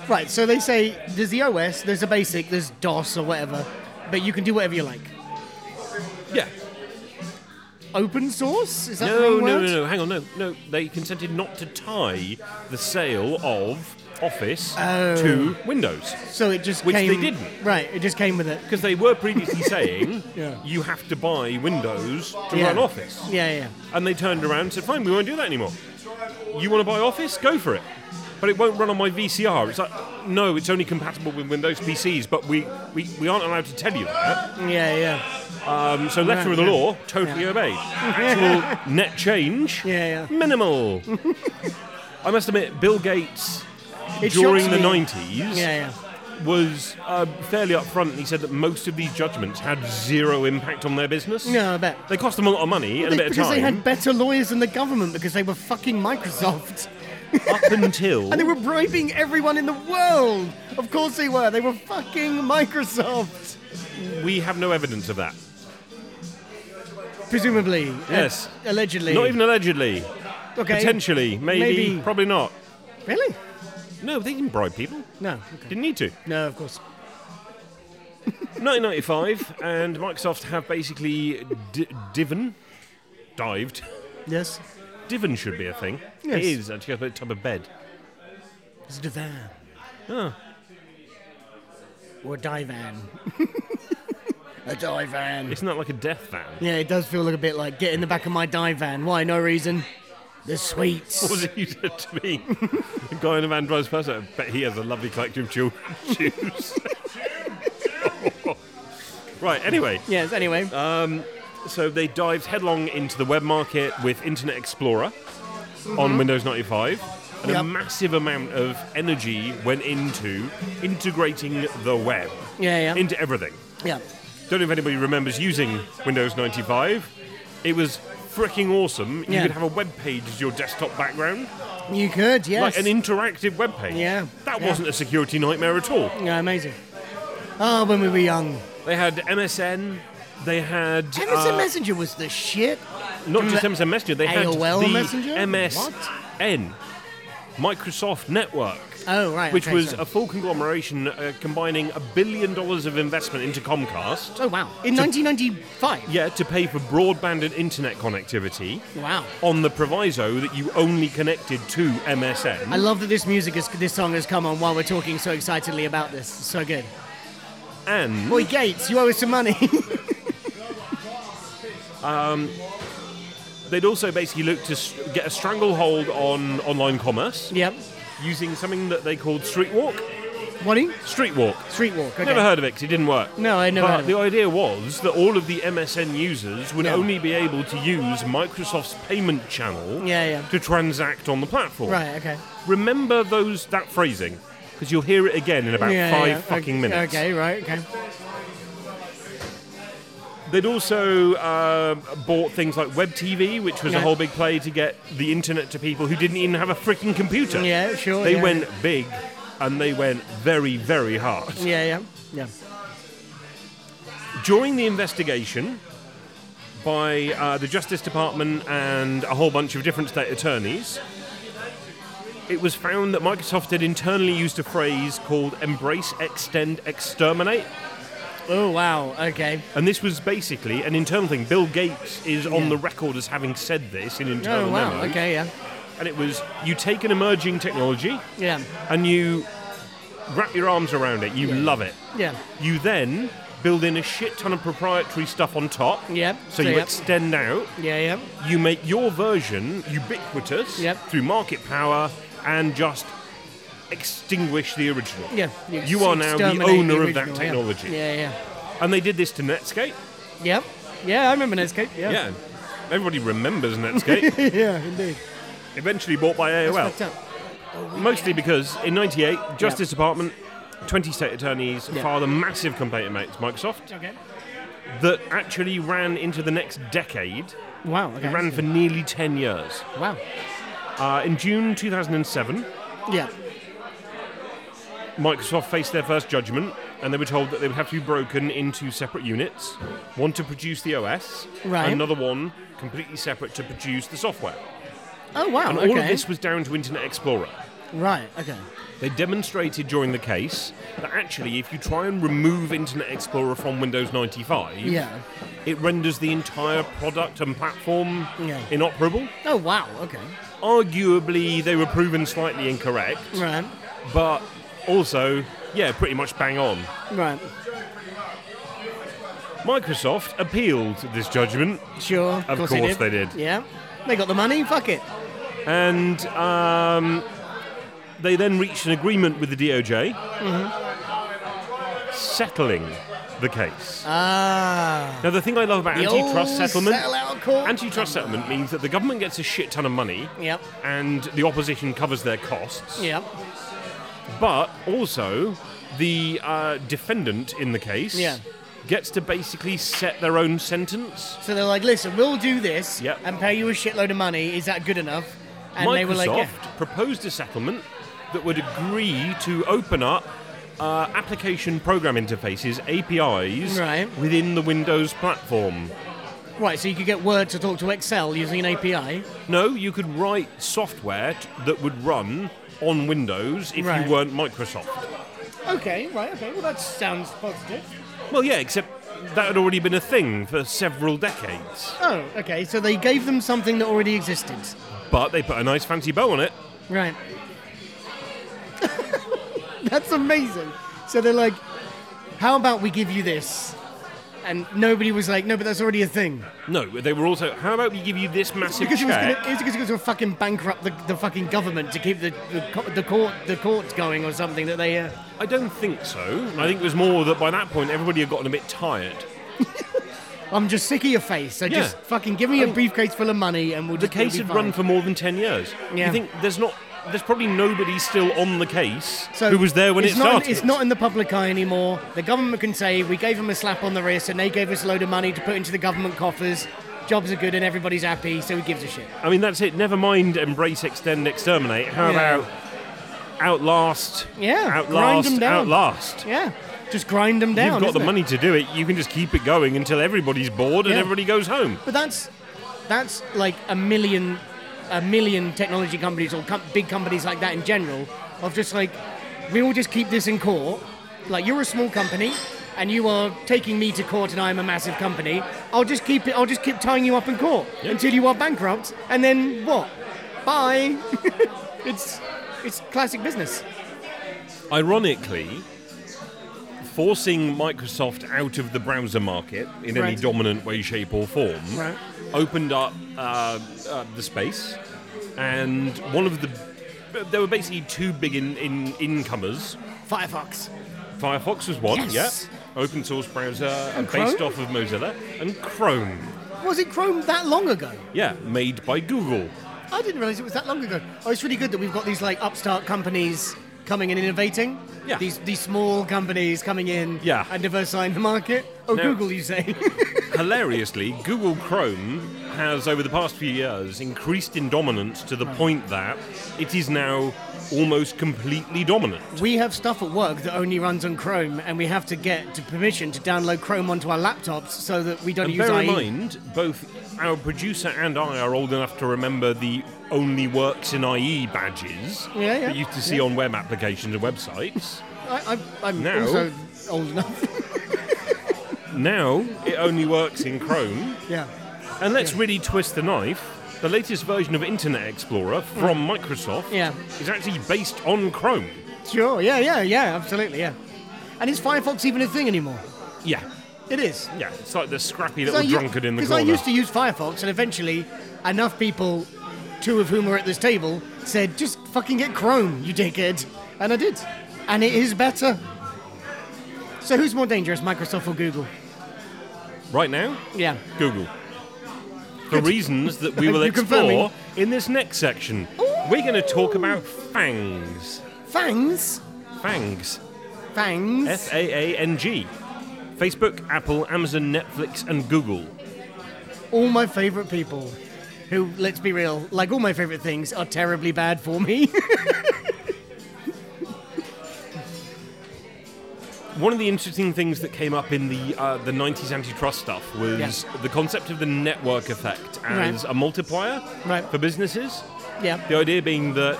Right, so they say there's the OS, there's a basic, there's DOS or whatever, but you can do whatever you like.
Yeah.
Open source? Is that the
No,
wrong
no,
word?
no, no. Hang on, no, no. They consented not to tie the sale of Office to
Oh.
Windows.
So it just
Which they
came.
didn't.
Right, it just came with it.
Because they were previously saying
Yeah.
you have to buy Windows to
Yeah.
run Office.
Yeah, yeah.
And they turned around and said, fine, we won't do that anymore. You want to buy Office? Go for it. But it won't run on my VCR. It's like, no, it's only compatible with Windows PCs, but we, we, we aren't allowed to tell you that.
Yeah, yeah.
Um, so, letter of the
yeah.
law, totally obeyed. Actual net change,
Yeah, yeah.
minimal. I must admit, Bill Gates
It
during
shocks
the
me.
90s
Yeah, yeah.
was uh, fairly upfront and he said that most of these judgments had zero impact on their business.
No, I bet.
They cost them a lot of money and a
They-
bit of
because
time.
they had better lawyers than the government because they were fucking Microsoft.
up until
And they were bribing everyone in the world. Of course they were. They were fucking Microsoft.
we have no evidence of that.
Presumably.
Yes.
Uh, allegedly.
Not even allegedly.
okay.
Potentially, maybe,
Maybe.
probably not.
Really?
No, they didn't bribe people.
No. Okay.
Didn't need to.
No, of course.
1995, and Microsoft have basically d- divin, dived.
Yes.
Divin should be a thing.
Yes.
It is actually a type of bed.
It's a divan.
Oh.
Or divan. a divan.
Isn't that like a death van?
Yeah, it does feel like a bit like get in the back of my divan. Why? No reason. The sweets.
What was it you said to me? the guy in a van drives past. I bet he has a lovely collection of children's shoes. right. Anyway,
Yes, anyway.
Uh, so they dived headlong into the web market with Internet Explorer on Windows 95. And a
Mm-hmm. Yep.
massive amount of energy went into integrating the web
yeah, yeah.
into everything.
Yeah.
Don't know if anybody remembers using Windows 95. It was freaking awesome. You
Yeah.
could have a web page as your desktop background,
You could, yes.
like an interactive web page.
Yeah,
That
yeah.
wasn't a security nightmare at all.
yeah, amazing. Oh, when we were young.
They had MSN. They had
MSN
uh,
Messenger was the shit.
Not just
Ma-
MSN Messenger, they
AOL
had the
Messenger?
MSN, Microsoft Network,
Oh, right.
which
okay,
was
sorry.
a full conglomeration uh, combining a billion dollars of investment into Comcast.
Oh, wow. In 1995?
Yeah, to pay for broadband and internet connectivity
Wow.
on the proviso that you only connected to MSN.
I love that this music, is, this song has come on while we're talking so excitedly about this. So good.
and
Boy, Gates, you owe us some money.
they'd also basically look to s get a stranglehold on online commerce
yep.
using something that they called Streetwalk.
What do you?
Streetwalk.
Streetwalk. Okay.
Never heard of it 'cause it didn't work.
No, I never
But
heard of it.
the idea was that all of the MSN users would
Yeah.
only be able to use Microsoft's payment channel
Yeah, yeah.
to transact on the platform.
Right, okay.
Remember those that phrasing because you'll hear it again in about
yeah,
five
yeah.
fucking
okay,
minutes.
Okay, right, okay.
They'd also uh, bought things like Web TV, which was a
Yeah.
whole big play to get the internet to people who didn't even have a freaking computer.
Yeah, sure.
They
yeah.
went big and they went very, very hard.
Yeah, yeah, yeah.
During the investigation by uh, the Justice Department and a whole bunch of different state attorneys, it was found that Microsoft had internally used a phrase called embrace, extend, exterminate.
Oh, wow. Okay.
And this was basically an internal thing. Bill Gates is on the record as having said this in internal
Oh, wow.
memos.
Okay, yeah.
And it was you take an emerging technology
Yeah,
and you wrap your arms around it, you love it.
yeah.
You then build in a shit ton of proprietary stuff on top.
Yep. So
So you
yep.
extend out,
Yeah, yeah.
you make your version ubiquitous
Yep.
through market power and just extinguish the original.
Yeah.
You are now the
exterminate
owner of that
original, yeah.
technology.
Yeah, yeah.
And they did this to Netscape.
Yep. Yeah, I remember Netscape. Yeah.
Yeah. Everybody remembers Netscape.
yeah, indeed.
Eventually bought by
That's
AOL.
fucked up.
Mostly because in 98, Justice Department, 20 state attorneys
Yeah.
filed a massive complaint against Microsoft
Okay.
that actually ran into the next decade.
Wow. Okay.
It ran for nearly 10 years.
wow.
Uh, in June 2007,
Yeah.
Microsoft faced their first judgment, and they were told that they would have to be broken into separate units one to produce the OS,
Right.
another one completely separate to produce the software.
Oh wow.
And
okay.
all of this was down to Internet Explorer.
Right. Okay.
They demonstrated during the case that actually, if you try and remove Internet Explorer from Windows 95,
Yeah.
it renders the entire product and platform
Yeah.
inoperable.
Oh wow. Okay.
Arguably, they were proven slightly incorrect,
Right.
but also, yeah, pretty much bang on.
Right.
Microsoft appealed this judgment,
Sure.
Of course they did.
Yeah. They got the money. Fuck it.
and um, They then reached an agreement with the DOJ,
Mm-hmm.
settling the case.
Ah.
Now, the thing I love about
The old
antitrust settlement,
sellout court.
antitrust settlement means that the government gets a shit ton of money,
Yep.
and the opposition covers their costs.
Yep.
But also, the uh, defendant in the case
Yeah.
gets to basically set their own sentence.
So they're like, listen, we'll do this
Yep.
and pay you a shitload of money. Is that good enough? And
Microsoft
they were like, yeah.
proposed a settlement that would agree to open up uh, application program interfaces (APIs)
Right.
within the Windows platform.
right, so you could get Word to talk to Excel using an API.
No, you could write software t- that would run on Windows if
Right.
you weren't Microsoft.
Okay, right, okay. Well, that sounds positive.
Well, yeah, except that had already been a thing for several decades.
Oh, okay. So they gave them something that already existed.
But they put a nice fancy bow on it.
Right. That's amazing. So they're like, how about we give you this? And nobody was like, no, but that's already a thing.
No, they were also. How about we give you this massive
Because it was
check?
going to, it was going to fucking bankrupt the, the fucking government to keep the, the, co- the court the courts going or something that they. Uh,
I don't think so. I think it was more that by that point everybody had gotten a bit tired.
I'm just sick of your face. So
Yeah.
just fucking give me a
mean,
briefcase full of money and we'll
The
just
case
it'll
had
be
run
fine.
for more than ten years.
Yeah.
You think there's not? There's probably nobody still on the case
So
who was there when
it's
it
not,
started.
It's not in the public eye anymore. The government can say we gave them a slap on the wrist and they gave us a load of money to put into the government coffers. Jobs are good and everybody's happy, so who gives a shit?
I mean, that's it. Never mind. Embrace, extend, exterminate. How
Yeah.
about outlast?
Yeah, grind
Outlast.
'em down.
Outlast.
Yeah, just grind them down.
You've got
isn't
the
it?
money to do it. You can just keep it going until everybody's bored and
Yeah.
everybody goes home.
But that's that's like a million, a million technology companies or com- big companies like that in general of just like we will just keep this in court. Like you're a small company and you are taking me to court and I'm a massive company. I'll just keep it. I'll just keep tying you up in court until you are bankrupt and then what? Bye. it's it's classic business.
Ironically, forcing Microsoft out of the browser market in any
Right.
dominant way, shape, or form
Right.
opened up uh, uh, the space. And one of the. There were basically two big in, in, incomers.
Firefox.
Firefox was one,
Yes.
yeah. Open source browser uh,
Chrome?
based off of Mozilla. And Chrome,
Was it Chrome that long ago?
yeah, made by Google.
I didn't realize it was that long ago. Oh, it's really good that we've got these like upstart companies coming and innovating.
Yeah.
These these small companies coming in
Yeah.
and diversifying the market. Oh,
No.
Google, you say?
Hilariously, Google Chrome has, over the past few years, increased in dominance to the point that it is now almost completely dominant.
we have stuff at work that only runs on Chrome, and we have to get to permission to download Chrome onto our laptops so that we don't
And
use E.
bear in
IE.
mind, both our producer and I are old enough to remember the only works in IE badges
Yeah, yeah,
that you used to see
yeah.
on web applications and websites.
I, I'm, I'm
Now-
also old enough.
now it only works in Chrome.
yeah.
And let's really twist the knife. The latest version of Internet Explorer from Microsoft
Yeah.
is actually based on Chrome.
Sure. Yeah. Yeah. Yeah. Absolutely. Yeah. And is Firefox even a thing anymore?
Yeah.
It is.
Yeah, it's like the scrappy
'Cause
little
I u-
drunkard in the
'cause
corner.
I used to use Firefox, and eventually, enough people, two of whom were at this table, said, "Just fucking get Chrome, you dickhead," and I did, and it is better. So who's more dangerous, Microsoft or Google?
Right now,
Yeah.
Google. For reasons that we will
You're confirming.
explore in this next section, we're going to talk about fangs.
Fangs.
Fangs.
Fangs.
F A A N G. Facebook, Apple, Amazon, Netflix, and Google.
all my favorite people, who, let's be real, like all my favorite things, are terribly bad for me.
One of the interesting things that came up in the uh, the 90s antitrust stuff was
Yeah.
the concept of the network effect as
Right.
a multiplier
Right.
for businesses.
yeah.
The idea being that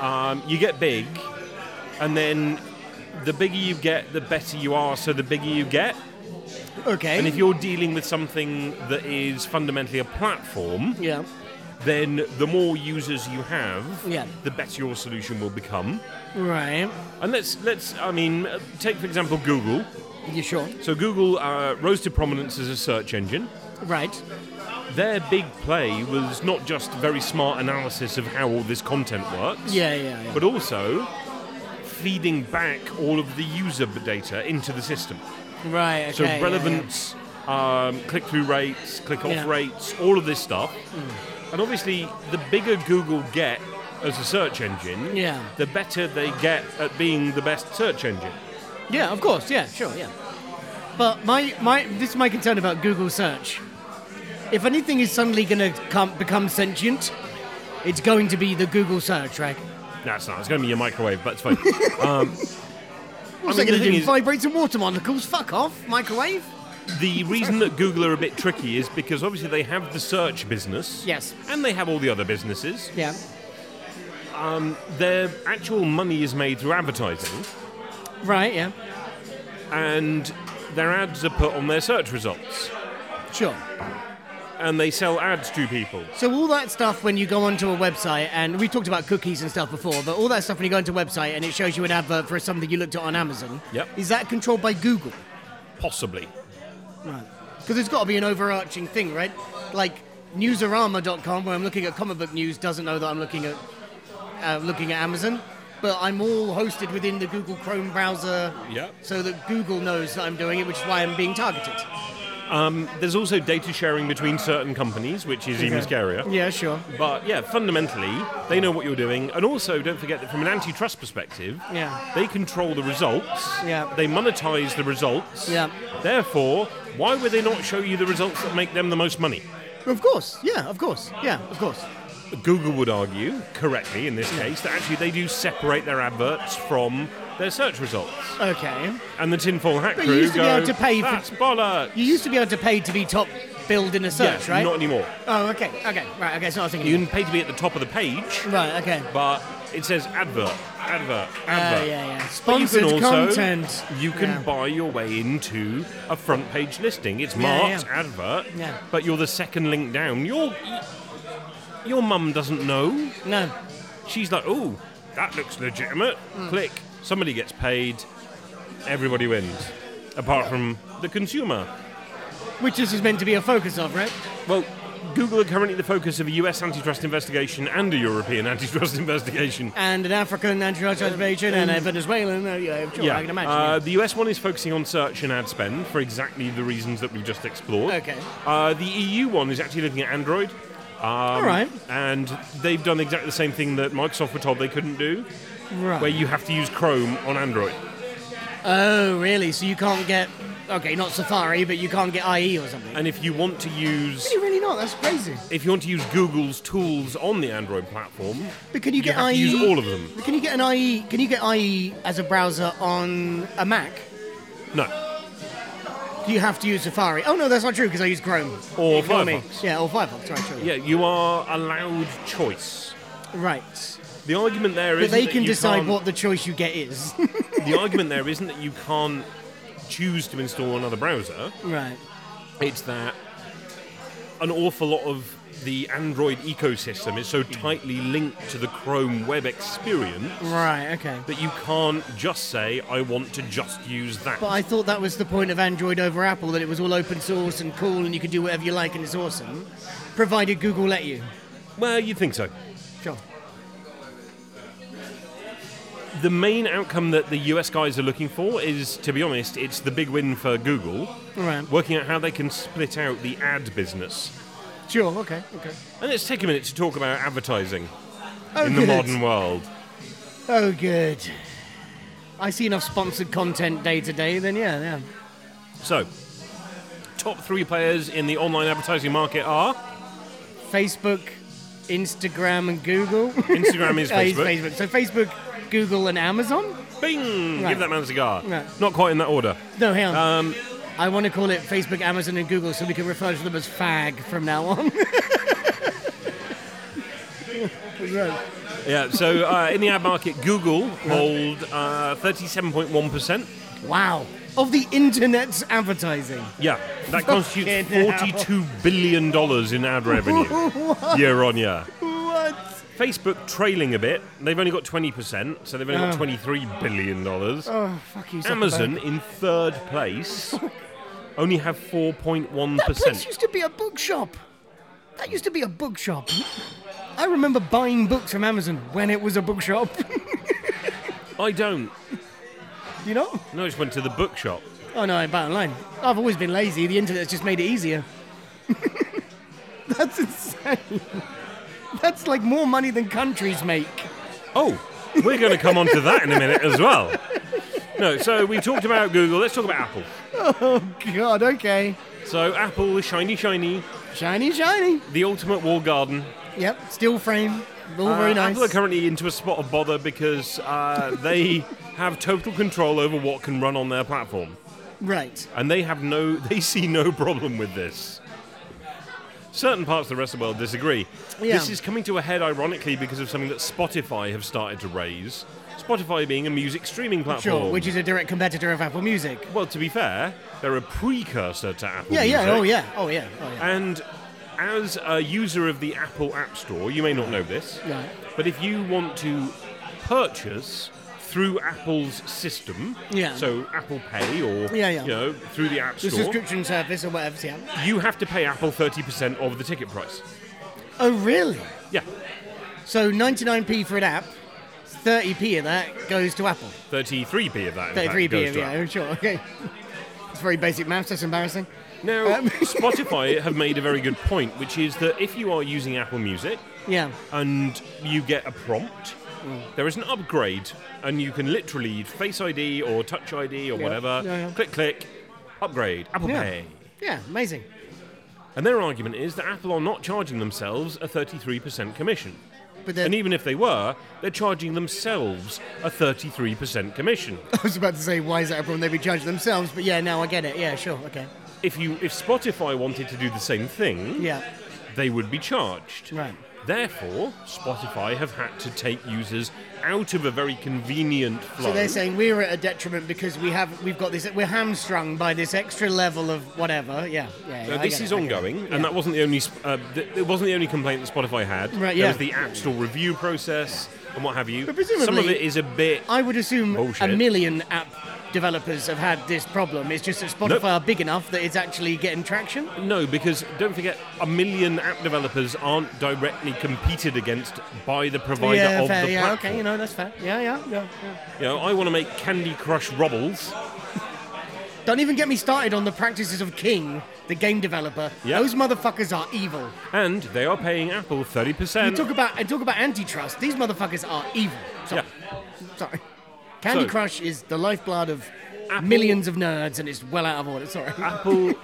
um, you get big, and then the bigger you get, the better you are, so the bigger you get.
Okay.
And if you're dealing with something that is fundamentally a platform,
yeah.
then the more users you have,
Yeah.
the better your solution will become.
Right.
And let's, let's I mean, uh, take for example Google.
You sure?
So Google uh, rose to prominence as a search engine.
Right.
their big play was not just very smart analysis of how all this content works,
Yeah, yeah, yeah.
but also feeding back all of the user data into the system.
right.
So
okay, yeah,
relevance, Um, click-through rates, click-off
Yeah.
rates, all of this stuff. And obviously, the bigger Google get as a search engine,
Yeah.
the better they get at being the best search engine.
Yeah. yeah, of course. Yeah, sure. Yeah. But my my this is my concern about Google search. If anything is suddenly going to come become sentient, it's going to be the Google search, right?
No, it's not. It's going to be your microwave, but it's fine. um,
What's it
I mean, the
going to
thing
do?
is-
Vibrate and water molecules? Fuck off, microwave.
the reason that Google are a bit tricky is because obviously they have the search business.
Yes.
And they have all the other businesses.
Yeah.
Their actual money is made through advertising,
Right. Yeah.
and their ads are put on their search results,
Sure.
and they sell ads to people.
So all that stuff when you go onto a website, and we talked about cookies and stuff before, but all that stuff when you go onto a website and it shows you an advert for something you looked at on Amazon,
Yep.
is that controlled by Google?
Possibly.
Right. Because there's got to be an overarching thing, right? Like newsarama.com, where I'm looking at comic book news, doesn't know that I'm looking at uh, looking at Amazon, but I'm all hosted within the Google Chrome browser,
Yeah.
so that Google knows that I'm doing it, which is why I'm being targeted.
There's also data sharing between certain companies, which is even scarier.
Yeah, sure.
But yeah, fundamentally, they know what you're doing. And also, don't forget that from an antitrust perspective,
Yeah.
they control the results.
Yeah.
They monetize the results.
Yeah.
Therefore, why would they not show you the results that make them the most money?
Of course. Yeah. Of course. Yeah. Of course.
Google would argue, correctly in this case, that actually they do separate their adverts from their search results.
Okay.
And the tinfoil hat
But you
crew
used to be
go,
able to pay for-
That's bollocks.
You used to be able to pay to be top billed in a search,
Yeah,
right?
Not anymore.
oh, okay, okay, right. Okay, so I was thinking.
You can pay to be at the top of the page.
right, okay.
but it says advert, advert,
Uh,
advert.
yeah, yeah.
But you
Sponsored
can also,
content.
You can
Yeah.
buy your way into a front page listing. It's
Yeah,
marked
yeah.
advert,
Yeah.
but you're the second link down. Your your mum doesn't know.
No.
She's like, "Oh, that looks legitimate."
Hmm.
Click. Somebody gets paid. Everybody wins, apart from the consumer.
Which this is meant to be a focus of, right?
Well, Google are currently the focus of a US antitrust investigation and a European antitrust investigation.
And an African anti-trust invasion and a Venezuelan. Uh, yeah, sure, I can imagine.
Uh, the US one is focusing on search and ad spend for exactly the reasons that we've just explored.
Okay.
Uh, the EU one is actually looking at Android.
All right,
And they've done exactly the same thing that Microsoft were told they couldn't do,
right.
where you have to use Chrome on Android.
oh, really? So you can't get okay, not Safari, but you can't get IE or something.
And if you want to use
Can you really not? That's crazy.
if you want to use Google's tools on the Android platform,
But can you
you
get
have to
IE?
use all of them.
Can you get an IE? Can you get IE as a browser on a Mac?
No.
you have to use Safari. Oh no, that's not true because I use Chrome
Or
Ignore me.
Firefox.
Yeah, or Firefox. Right, true.
Yeah, you are allowed choice.
Right.
The argument there is
But they
that
can
you
decide
can't-
what the choice you get is.
the argument there isn't that you can't choose to install another browser.
right.
it's that an awful lot of the Android ecosystem is so tightly linked to the Chrome web experience
Right. Okay.
that you can't just say, I want to just use that.
But I thought that was the point of Android over Apple that it was all open source and cool and you can do whatever you like and it's awesome, provided Google let you.
well, you'd think so.
Sure.
The main outcome that the US guys are looking for is, to be honest, it's the big win for Google,
Right.
working out how they can split out the ad business.
Sure. Okay. Okay.
And let's take a minute to talk about advertising
Oh,
in the
good.
modern world.
Oh, good. I see enough sponsored content day to day. Then yeah, yeah.
So, top three players in the online advertising market are
Facebook, Instagram, and Google.
Instagram is
Oh, it's
Facebook.
Facebook. So Facebook, Google, and Amazon.
Bing!
Right.
Give that man a cigar.
Right.
Not quite in that order.
No, hang on.
Um,
I want to call it Facebook, Amazon, and Google, so we can refer to them as fag from now on.
yeah, so uh, in the ad market, Google hold uh, 37.1%.
Wow. Of the internet's advertising.
Yeah, that constitutes
Fucking hell.
$42 billion dollars in ad revenue
what?
year on year.
What?
Facebook trailing a bit. They've only got 20%, so they've only got $23 billion. dollars.
Oh, fuck you, Zuckerberg.
Amazon in third place only have 4.1%.
That place used to be a bookshop. That used to be a bookshop. I remember buying books from Amazon when it was a bookshop.
I don't.
you know?
No, I just went to the bookshop.
Oh no, I buy online. I've always been lazy. The internet's just made it easier. That's insane. That's like more money than countries make.
Oh, we're going to come on to that in a minute as well. No, so we talked about Google. Let's talk about Apple.
God, okay.
So Apple is shiny, shiny.
Shiny, shiny.
The ultimate wall garden.
Yep, steel frame. All
Uh,
very nice.
Apple are currently into a spot of bother because uh, they have total control over what can run on their platform,
right.
and they have no, they see no problem with this. Certain parts of the rest of the world disagree.
Yeah.
This is coming to a head, ironically, because of something that Spotify have started to raise. Spotify being a music streaming platform.
Sure, which is a direct competitor of Apple Music.
well, to be fair, they're a precursor to Apple.
Yeah, yeah,
Music.
oh yeah, oh yeah, oh yeah.
And as a user of the Apple App Store, you may not know this,
Yeah.
but if you want to purchase through Apple's system,
Yeah.
so Apple Pay or
Yeah, yeah.
you know through the App
The
Store,
subscription service or whatever, yeah.
you have to pay Apple thirty percent of the ticket price.
Oh really?
Yeah,
So 99p for an app, 30p of that goes to Apple.
thirty-three p of that. in fact,
33p
goes
of
to
yeah,
Apple.
I'm sure, okay. It's very basic maths, that's embarrassing.
Now,
Um,
Spotify have made a very good point, which is that if you are using Apple Music,
Yeah.
and you get a prompt. There is an upgrade, and you can literally Face ID or Touch ID or whatever.
Yeah, yeah.
Click, click, upgrade, Apple
Yeah.
Pay.
Yeah, amazing.
And their argument is that Apple are not charging themselves a 33% commission.
But then
And even if they were, they're charging themselves a 33% commission.
I was about to say, why is that everyone? They be judged themselves, but yeah, now I get it. Yeah, sure, okay.
if you if Spotify wanted to do the same thing,
Yeah,
they would be charged.
Right.
Therefore, Spotify have had to take users out of a very convenient flow.
so they're saying we're at a detriment because we have we've got this we're hamstrung by this extra level of whatever. Yeah, yeah.
Uh,
yeah, I
this
get
is
it, I get
ongoing,
it.
and
Yeah.
that wasn't the only sp- uh, th- it wasn't the only complaint that Spotify had.
Right,
There
yeah.
was the App Store review process and what have you.
But presumably-
Some of it is a bit.
I would assume
Bullshit.
a million app developers have had this problem. It's just that Spotify
Nope.
are big enough that it's actually getting traction.
No, because don't forget, a million app developers aren't directly competed against by the provider
yeah,
of
fair.
the
yeah,
platform.
okay, you know that's fair. Yeah, yeah, yeah, yeah.
You know, I want to make Candy Crush Robbles.
Don't even get me started on the practices of King, the game developer.
Yep.
Those motherfuckers are evil.
And they are paying Apple 30%.
You talk about I talk about antitrust. These motherfuckers are evil. Sorry. Sorry. Candy
So-
Crush is the lifeblood of
Apple-
millions of nerds, and it's well out of order. Sorry.
Apple,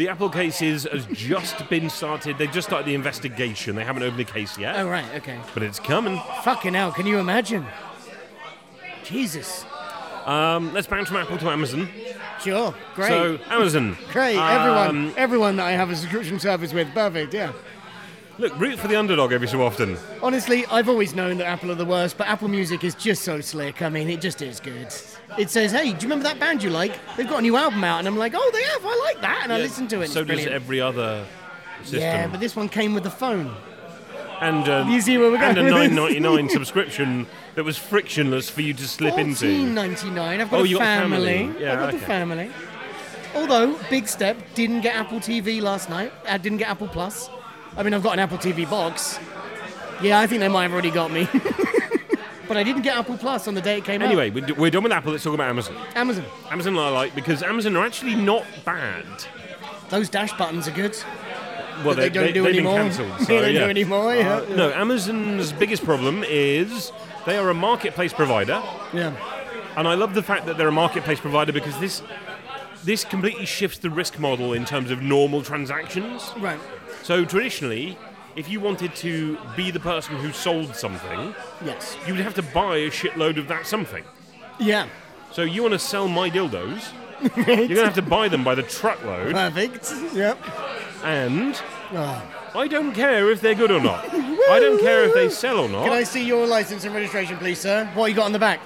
the Apple cases has just been started. They've just started the investigation. They haven't opened the case yet,
oh right, okay.
but it's coming.
Fucking hell, can you imagine? Jesus.
Um, let's bounce from Apple to Amazon.
Sure. Great.
So Amazon,
Great.
Um,
everyone. Everyone that I have a subscription service with. Perfect. Yeah.
Look, root for the underdog every so often.
Honestly, I've always known that Apple are the worst, but Apple Music is just so slick. I mean, it just is good. It says, "Hey, do you remember that band you like? They've got a new album out," and I'm like, "Oh, they have. I like that," and I listen to it. and
So
it's
does
brilliant.
every other system.
Yeah, but this one came with the phone.
and uh,
You see where we're
and a
going with this?
9.99 subscription that was frictionless for you to slip
Fourteen
into.
ninety nine. I've got
Oh,
a
you got
family.
family. Yeah,
I've got
okay.
the family. Although Big Step didn't get Apple TV last night. I didn't get Apple Plus. I mean, I've got an Apple TV box. Yeah, I think they might have already got me. but I didn't get Apple Plus on the day it came out.
Anyway, we're d- we're done with Apple. Let's talk about Amazon.
Amazon.
Amazon I like because Amazon are actually not bad.
Those dash buttons are good.
Well,
But they, don't do
have
anymore.
Been cancelled, so,
they don't
yeah. Uh,
do anymore. Yeah.
No, Amazon's biggest problem is they are a marketplace provider,
yeah.
and I love the fact that they're a marketplace provider because this this completely shifts the risk model in terms of normal transactions.
Right.
So traditionally, if you wanted to be the person who sold something,
Yes.
you would have to buy a shitload of that something.
Yeah.
So you want to sell my dildos, you're going to have to buy them by the truckload,
Perfect. Yep.
and
Oh.
I don't care if they're good or not. I don't care if they sell or
Can I
not.
see your license and registration, please, sir? What you got on the back?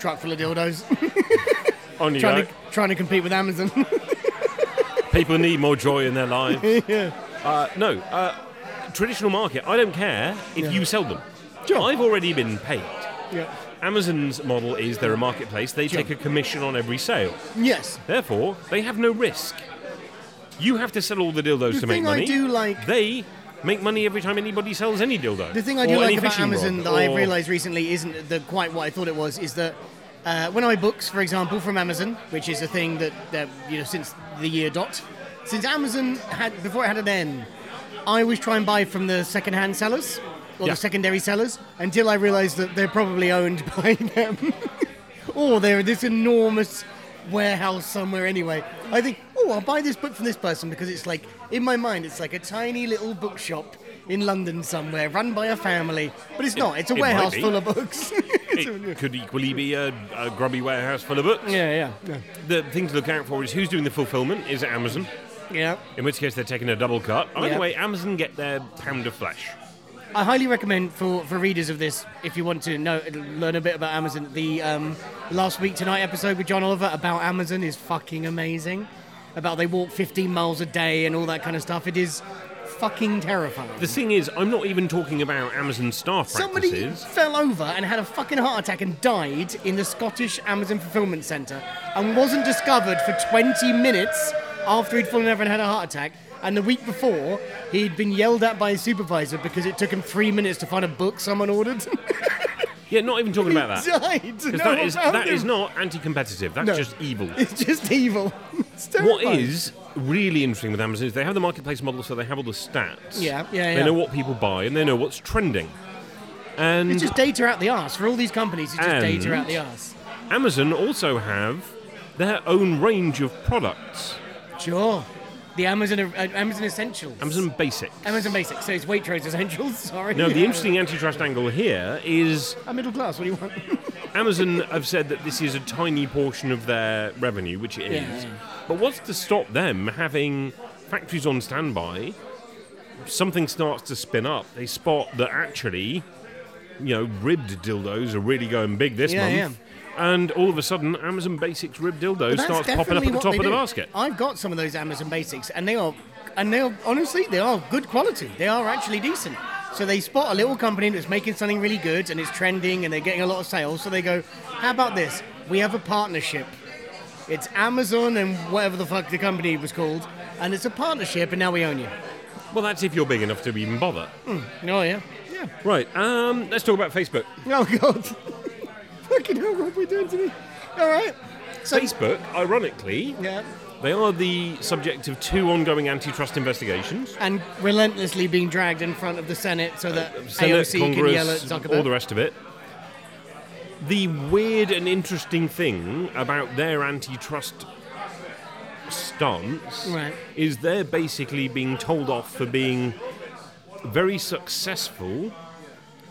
Truck full of dildos.
On you
trying
go.
to trying to compete with Amazon.
People need more joy in their lives. uh, no, uh, traditional market, I don't care if you sell them.
Sure.
I've already been paid.
yeah.
Amazon's model is they're a marketplace, they
Sure.
take a commission on every sale.
Yes.
Therefore, they have no risk. You have to sell all the dildos
The
to make
thing I
money.
do like-
They Make money every time anybody sells any dildo.
The thing I
or
do
any
like about
fishing
Amazon
rod,
that I've
or-
realised recently isn't the, quite what I thought it was is that uh, when I buy books, for example, from Amazon, which is a thing that, that you know since the year dot, since Amazon had before it had an N, I always try and buy from the second-hand sellers or
Yeah.
the secondary sellers until I realise that they're probably owned by them, or Oh, they're this enormous warehouse somewhere anyway. I think, oh, I'll buy this book from this person because it's like in my mind, it's like a tiny little bookshop in London somewhere, run by a family, but it's not. It's a
it might
warehouse
be.
full of books.
It could equally be a, a grubby warehouse full of books.
yeah, yeah,
The thing to look out for is who's doing the fulfillment. Is it Amazon?
yeah.
In which case they're taking a double cut. Either
Yeah.
way, Amazon get their pound of flesh.
I highly recommend for, for readers of this, if you want to know learn a bit about Amazon, the um, last week tonight episode with John Oliver about Amazon is fucking amazing. About they walk 15 miles a day and all that kind of stuff. It is fucking terrifying.
The thing is, I'm not even talking about Amazon staff
Somebody
practices.
fell over and had a fucking heart attack and died in the Scottish Amazon Fulfillment Centre and wasn't discovered for 20 minutes after he'd fallen over and had a heart attack. And the week before, he'd been yelled at by his supervisor because it took him three minutes to find a book someone ordered.
Yeah, not even talking about that.
died. No
'Cause
one
that is,
found
that
him.
is not anti-competitive. That's
No.
just evil.
It's just evil. It's
What
terrifying.
is really interesting with Amazon is they have the marketplace model, so they have all the stats.
Yeah, yeah,
They
yeah.
know what people buy and they know what's trending. And
It's just data out the arse for all these companies. It's just data
And-
out the arse.
Amazon also have their own range of products.
Sure. The Amazon uh, Amazon Essentials.
Amazon Basic.
Amazon Basics. So it's Waitrose Essentials. Sorry.
Now, the interesting antitrust angle here is
A middle class. What do you want?
Amazon have said that this is a tiny portion of their revenue, which it is.
Yeah, yeah.
But what's to stop them having factories on standby? Something starts to spin up. They spot that actually, you know, ribbed dildos are really going big this
Yeah,
month. And all of a sudden, Amazon Basics ribbed dildos
That's
starts popping up
definitely
at the
what
top
they
of the
do.
basket.
I've got some of those Amazon Basics, and they are, and they are honestly, they are good quality. They are actually decent. So they spot a little company that's making something really good, and it's trending, and they're getting a lot of sales. So they go, "How about this? We have a partnership. It's Amazon and whatever the fuck the company was called, and it's a partnership, and now we own you."
Well, that's if you're big enough to even bother.
Oh yeah. Yeah.
Right. Um, let's talk about Facebook.
Oh god. Fucking hell, what are we doing today? All right. So
Facebook, ironically,
yeah.
they are the subject of two ongoing antitrust investigations.
and relentlessly being dragged in front of the Senate so that
Uh, Senate,
AOC can yell at
Congress,
Zuckerberg.
all the rest of it. The weird and interesting thing about their antitrust stance
Right.
is they're basically being told off for being very successful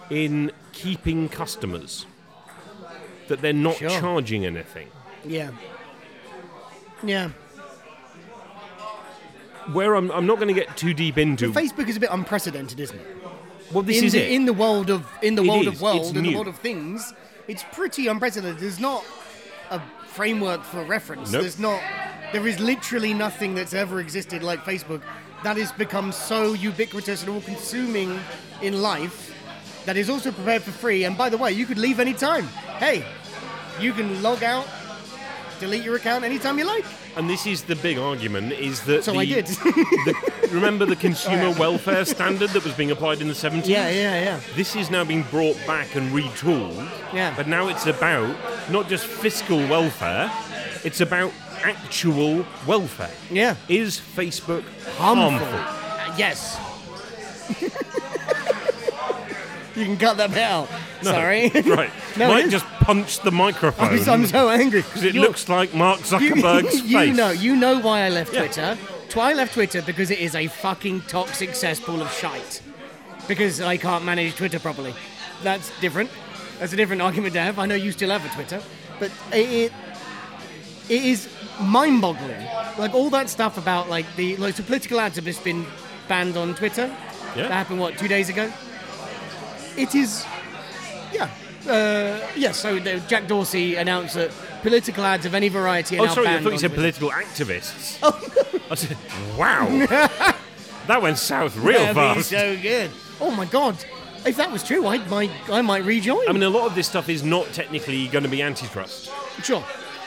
in keeping customers, that they're not
Sure.
charging anything.
Yeah. Yeah.
Where I'm, I'm not going to get too deep into.
Facebook is a bit unprecedented, isn't it?
well, this
in
is
the,
it.
In the world of in the
It
world
is.
of world
It's
in the
new.
world of things, it's pretty unprecedented. There's not a framework for reference.
Nope.
There's not. There is literally nothing that's ever existed like Facebook that has become so ubiquitous and all-consuming in life that is also prepared for free. And by the way, you could leave any time. Hey, you can log out, delete your account anytime you like.
And this is the big argument: is that
So
the,
I did.
the- remember the consumer welfare standard that was being applied in the seventies?
yeah,
This is now being brought back and retooled.
Yeah.
But now it's about not just fiscal welfare; it's about actual welfare.
Yeah.
Is Facebook
Harmful.
harmful?
Uh, yes. you can cut that bit out. Sorry.
right.
No, it
Mike
is.
just punched the microphone.
I'm, so- I'm so angry.
because it
You're-
looks like Mark Zuckerberg's
you
face.
know, you know why I left
Yeah.
Twitter. Why I left Twitter because it is a fucking toxic cesspool of shite. Because I can't manage Twitter properly. That's different. That's a different argument to have. I know you still have a Twitter, but it it, it is mind-boggling. Like all that stuff about like the like so political ads have just been banned on Twitter.
Yeah.
That happened what two days ago. It is yeah. Uh, yes, so the- Jack Dorsey announced that political ads of any variety are
Oh,
now
sorry, I
banned.
thought you
on
said
Twitter.
political activists. Oh, no. I said, wow. that went south real
That'd be
fast.
so good. Oh my god! If that was true, I might, I might rejoin.
I mean, a lot of this stuff is not technically going to be antitrust,
sure.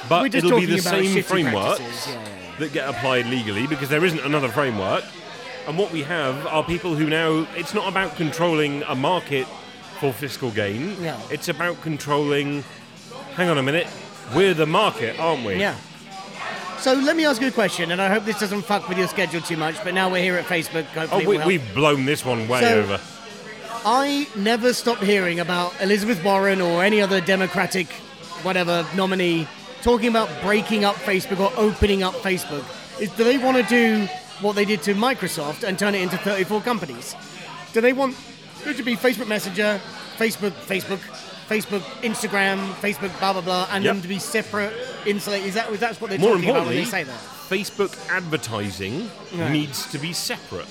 but
We're just
it'll be the
talking about
same
shitty
frameworks
practices, yeah, yeah,
that get applied legally because there isn't another framework. And what we have are people who now, it's not about controlling a market for fiscal gain.
No.
It's about controlling, hang on a minute, we're the market, aren't we?
Yeah. So let me ask you a question, and I hope this doesn't fuck with your schedule too much. But now we're here at Facebook. Hopefully, it
Oh, we,
will.
we've blown this one way
So-
over.
I never stopped hearing about Elizabeth Warren or any other Democratic, whatever nominee, talking about breaking up Facebook or opening up Facebook. Is, do they want to do what they did to Microsoft and turn it into 34 companies? Do they want it to be Facebook Messenger, Facebook, Facebook, Facebook, Instagram, Facebook, blah blah blah, and
Yep.
them to be separate, insulated? Is that that's what they're
More
talking about when
importantly,
they say that?
Facebook advertising
Yeah.
needs to be separate.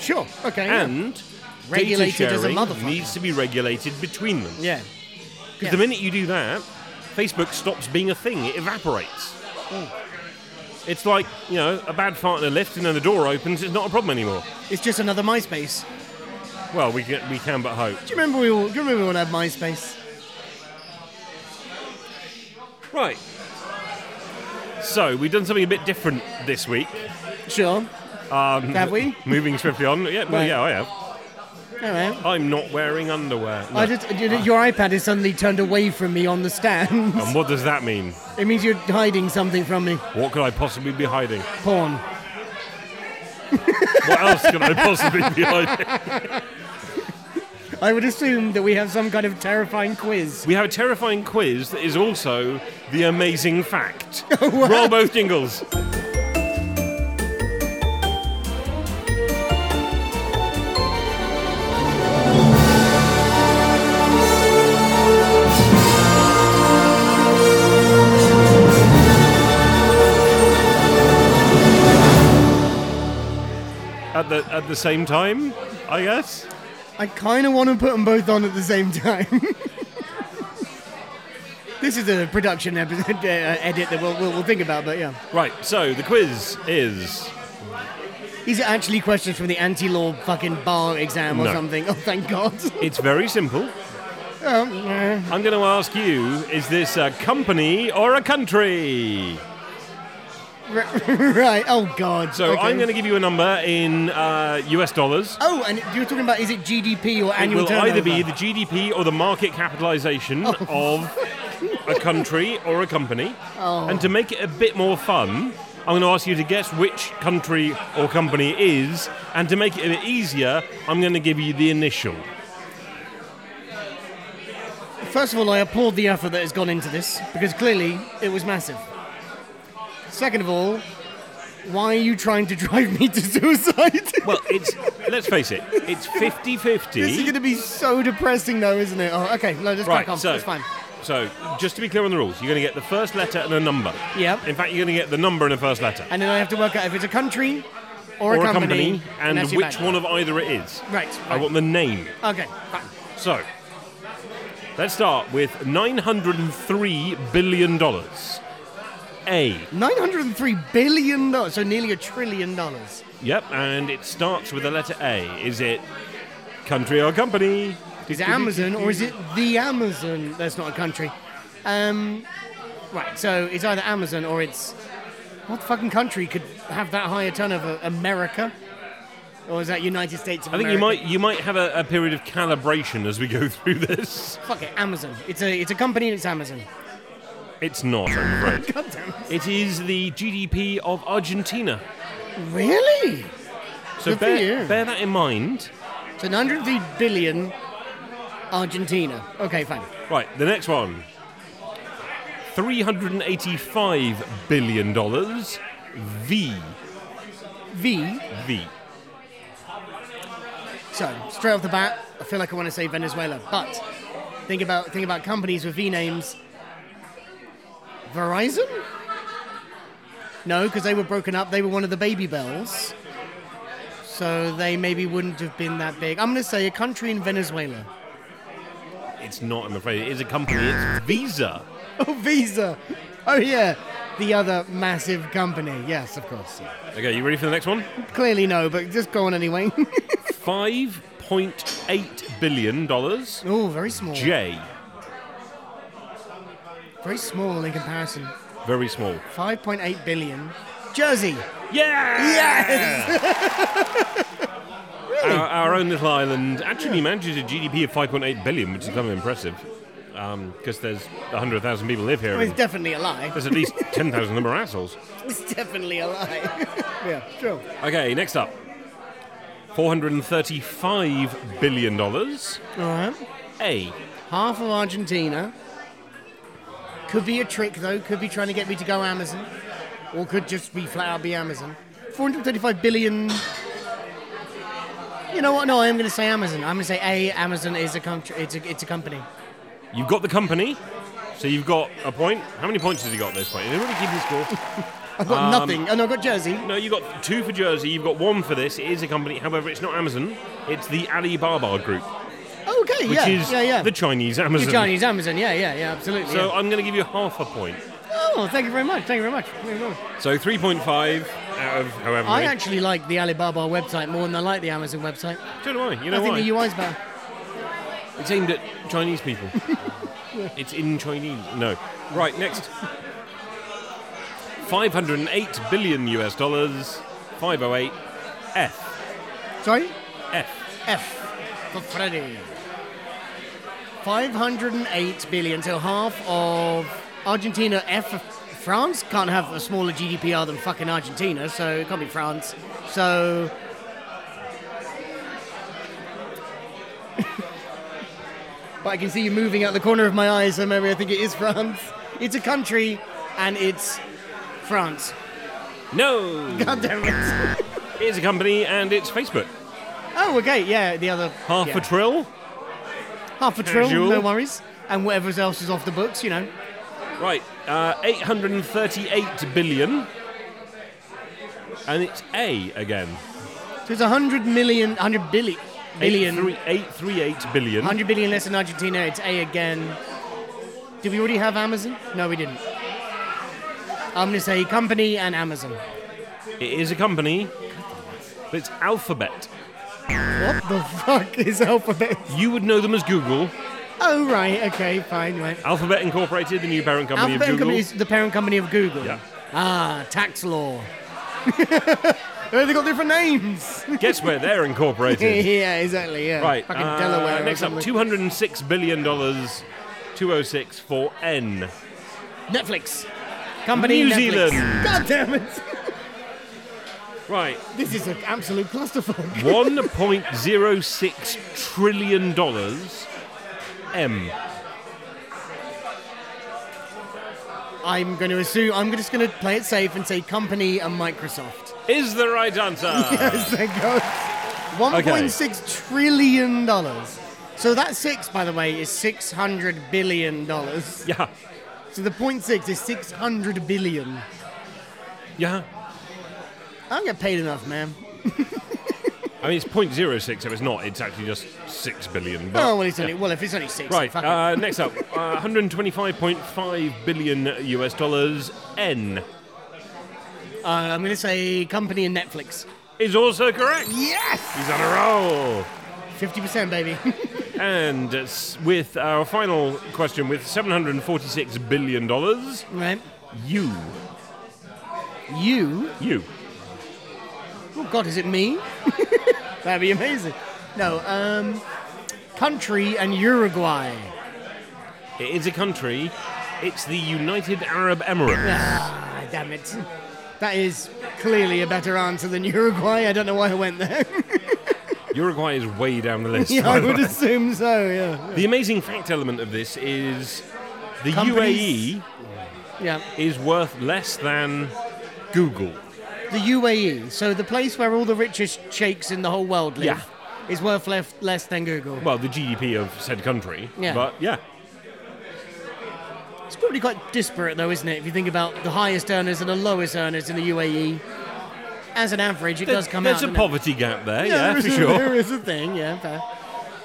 Sure. Okay. yeah.
And
Regulated
data
as a
sharing
motherfucker.
needs to be regulated between them.
Yeah.
Because the minute you do that, Facebook stops being a thing. It evaporates.
Hmm.
It's like, you know, a bad fart in a lift and then the door opens, it's not a problem anymore.
It's just another MySpace.
Well, we can, we can but hope.
Do you remember we all? Do you remember when I had MySpace?
Right. So, we've done something a bit different this week.
Sure.
Um,
Have we?
Moving swiftly on. Yeah, well,
Right.
yeah, I have.
All right.
I'm not wearing underwear. No.
I just, you- your iPad is suddenly turned away from me on the stand.
and what does that mean?
it means you're hiding something from me.
What could I possibly be hiding?
Porn.
What else could I possibly be hiding?
I would assume that we have some kind of terrifying quiz.
We have a terrifying quiz that is also the amazing fact. Roll both jingles. At the at the same time, I guess.
I kind of want to put them both on at the same time. this is a production episode, uh, edit that we'll, we'll, we'll think about, but yeah.
Right. So the quiz is.
These are actually questions from the anti law fucking bar exam or
No.
something. Oh, thank God.
It's very simple.
um, yeah.
I'm going to ask you is this a company or a country?
right. Oh, God.
So
Okay.
I'm going to give you a number in uh, US dollars.
Oh, and you're talking about is it GDP or
It
annual
will either be
turnover? Oh.
the GDP or the market capitalization of a country or a company. And to make it a bit more fun, I'm going to ask you to guess which country or company it is. And to make it a bit easier, I'm going to give you the initial.
First of all, I applaud the effort that has gone into this because clearly it was massive. Second of all, why are you trying to drive me to suicide?
Well, it's let's face it, it's 50 50.
this is going to be so depressing, though, isn't it? Oh, okay, no, just
Right,
crack on.
so-
it's fine.
So, just to be clear on the rules, you're going to get the first letter and a number.
Yep.
In fact, you're going to get the number and a first letter.
And then I have to work out if it's a country or,
or
a company,
and
that's your
which
bad.
one of either it is.
Right,
I
right.
want the name.
Okay, fine.
So, let's start with $903 billion. A.
Nine hundred and three billion dollars, so nearly a trillion dollars.
Yep, and it starts with the letter A. Is it country or company?
Is it Amazon or is it the Amazon? That's not a country. Um, right, so it's either Amazon or it's. What fucking country could have that high a turnover? America? Or is that United States of
I think
America?
you might you might have a, a period of calibration as we go through this.
Fuck it, Amazon. It's a, it's a company and it's Amazon.
It's not, I'm afraid.
God damn it.
It is the GDP of Argentina.
Really?
So
Good for
bear,
you.
bear that in mind.
So 903 billion Argentina. Okay, fine.
Right, the next one. $385 billion. V.
V.
V.
So straight off the bat, I feel like I want to say Venezuela, but think about think about companies with V names. Verizon? No, because they were broken up. They were one of the baby bells, so they maybe wouldn't have been that big. I'm going to say a country in Venezuela.
It's not, I'm afraid. It is a company. It's Visa.
Oh, Visa. Oh yeah, the other massive company. Yes, of course.
Okay, you ready for the next one?
Clearly no, but just go on anyway.
$5.8 billion.
oh, very small.
J.
very small in comparison.
Very small.
5.8 billion. Jersey.
Yeah! Our, our own little island actually manages a GDP of 5.8 billion, which is kind of impressive. Because there's 100,000 people live here.
Well, it's
and
Oh, definitely a lie.
there's at least 10,000 of them are assholes.
It's definitely a lie. yeah, sure.
Okay, next up. $435 billion.
All right.
A.
Half of Argentina. Could be a trick, though. Could be trying to get me to go Amazon. Or could just be flat out be Amazon. 435 billion. You know what? No, I am going to say Amazon. I'm going to say A, Amazon is a country. It's a, it's a company.
You've got the company, so you've got a point. How many points has he got at this point? Did anybody keep his score?
I've got
Um,
nothing. Oh, no, I've got Jersey.
No, you got two for Jersey, you've got one for this. It is a company, however, it's not Amazon, it's the Alibaba Group,
Oh, okay,
which
yeah.
is
yeah, yeah.
the Chinese
The
Amazon.
Chinese Amazon. Yeah, yeah, yeah, absolutely.
So
yeah.
I'm going to give you half a point.
Oh, thank you very much. Thank you very much. Thank you very much.
So 3.5 out of however
I
many.
actually like the Alibaba website more than I like the Amazon website.
Don't know why. You know
I think
why?
the UI's better.
It's aimed at Chinese people. It's in Chinese. No. Right, next. 508 billion US dollars. 508 F.
Sorry?
F.
F for Freddy. 508 billion, so half of Argentina F. France can't have a smaller GDPR than fucking Argentina, so it can't be France. So. but I can see you moving out the corner of my eye, so maybe I think it is France. It's a country, and it's France.
No!
God damn it.
Here's a company and it's Facebook.
Oh, okay, yeah, the other.
Half
yeah.
a trill.
half a trill,
Casual.
no worries. And whatever else is off the books, you know.
Right, uh, 838 billion. And it's A again.
So it's 100 million, 100 billion, billion,
838 billion.
100 billion less than Argentina. It's A again. Did we already have Amazon? No, we didn't. I'm going to say company and Amazon.
It is a company, but it's Alphabet.
What the fuck is Alphabet?
You would know them as Google.
Oh, right, okay, fine, right.
Alphabet Incorporated, the new parent company
Alphabet
of
and
Google.
Company is the parent company of Google.
Yeah.
Ah, tax law. They've got different names.
Guess where they're incorporated?
yeah, exactly, yeah.
right.
Fucking
uh,
Delaware. or
Next up,
something.
$206 billion, 206 for N.
Netflix. Company
New
Netflix.
Zealand.
God damn it.
Right,
This is an absolute clusterfuck.
$1.06 trillion dollars, M.
I'm going to assume, I'm just going to play it safe and say company and Microsoft.
is the right answer.
Yes, thank God. One
Okay.
point six trillion dollars. So that six, by the way, is six hundred billion dollars.
Yeah,
So the point six is six hundred billion.
yeah.
I don't get paid enough, man.
I mean, it's 0.06, so it's not. It's actually just 6 billion. But
Oh well, it's only well if it's only six.
right,
Fuck
uh, next up uh, 125.5 billion US dollars. N
it. Uh, I'm going to say company and Netflix.
is also correct.
Yes,
He's on a roll.
fifty percent, baby.
And s- with our final question, with 746 billion dollars,
right,
you,
you
you,
Oh God, is it me? That'd be amazing. No, um, country and Uruguay.
it is a country. It's the United Arab Emirates.
Ah, damn it. That is clearly a better answer than Uruguay. I don't know why I went there.
Uruguay is way down the list.
yeah,
by
I
the
would
way.
assume so. Yeah.
The amazing fact element of this is the
Companies-
UAE
Yeah.
is worth less than Google.
The UAE, so the place where all the richest sheiks in the whole world live, is worth lef- less than Google.
Well, the GDP of said country.
Yeah.
But yeah.
It's probably quite disparate, though, isn't it? If you think about the highest earners and the lowest earners in the UAE, as an average, it does come
There's
out.
a
doesn't it?
poverty gap there, yeah,
there
for
is a-
sure.
There is a thing, yeah, fair.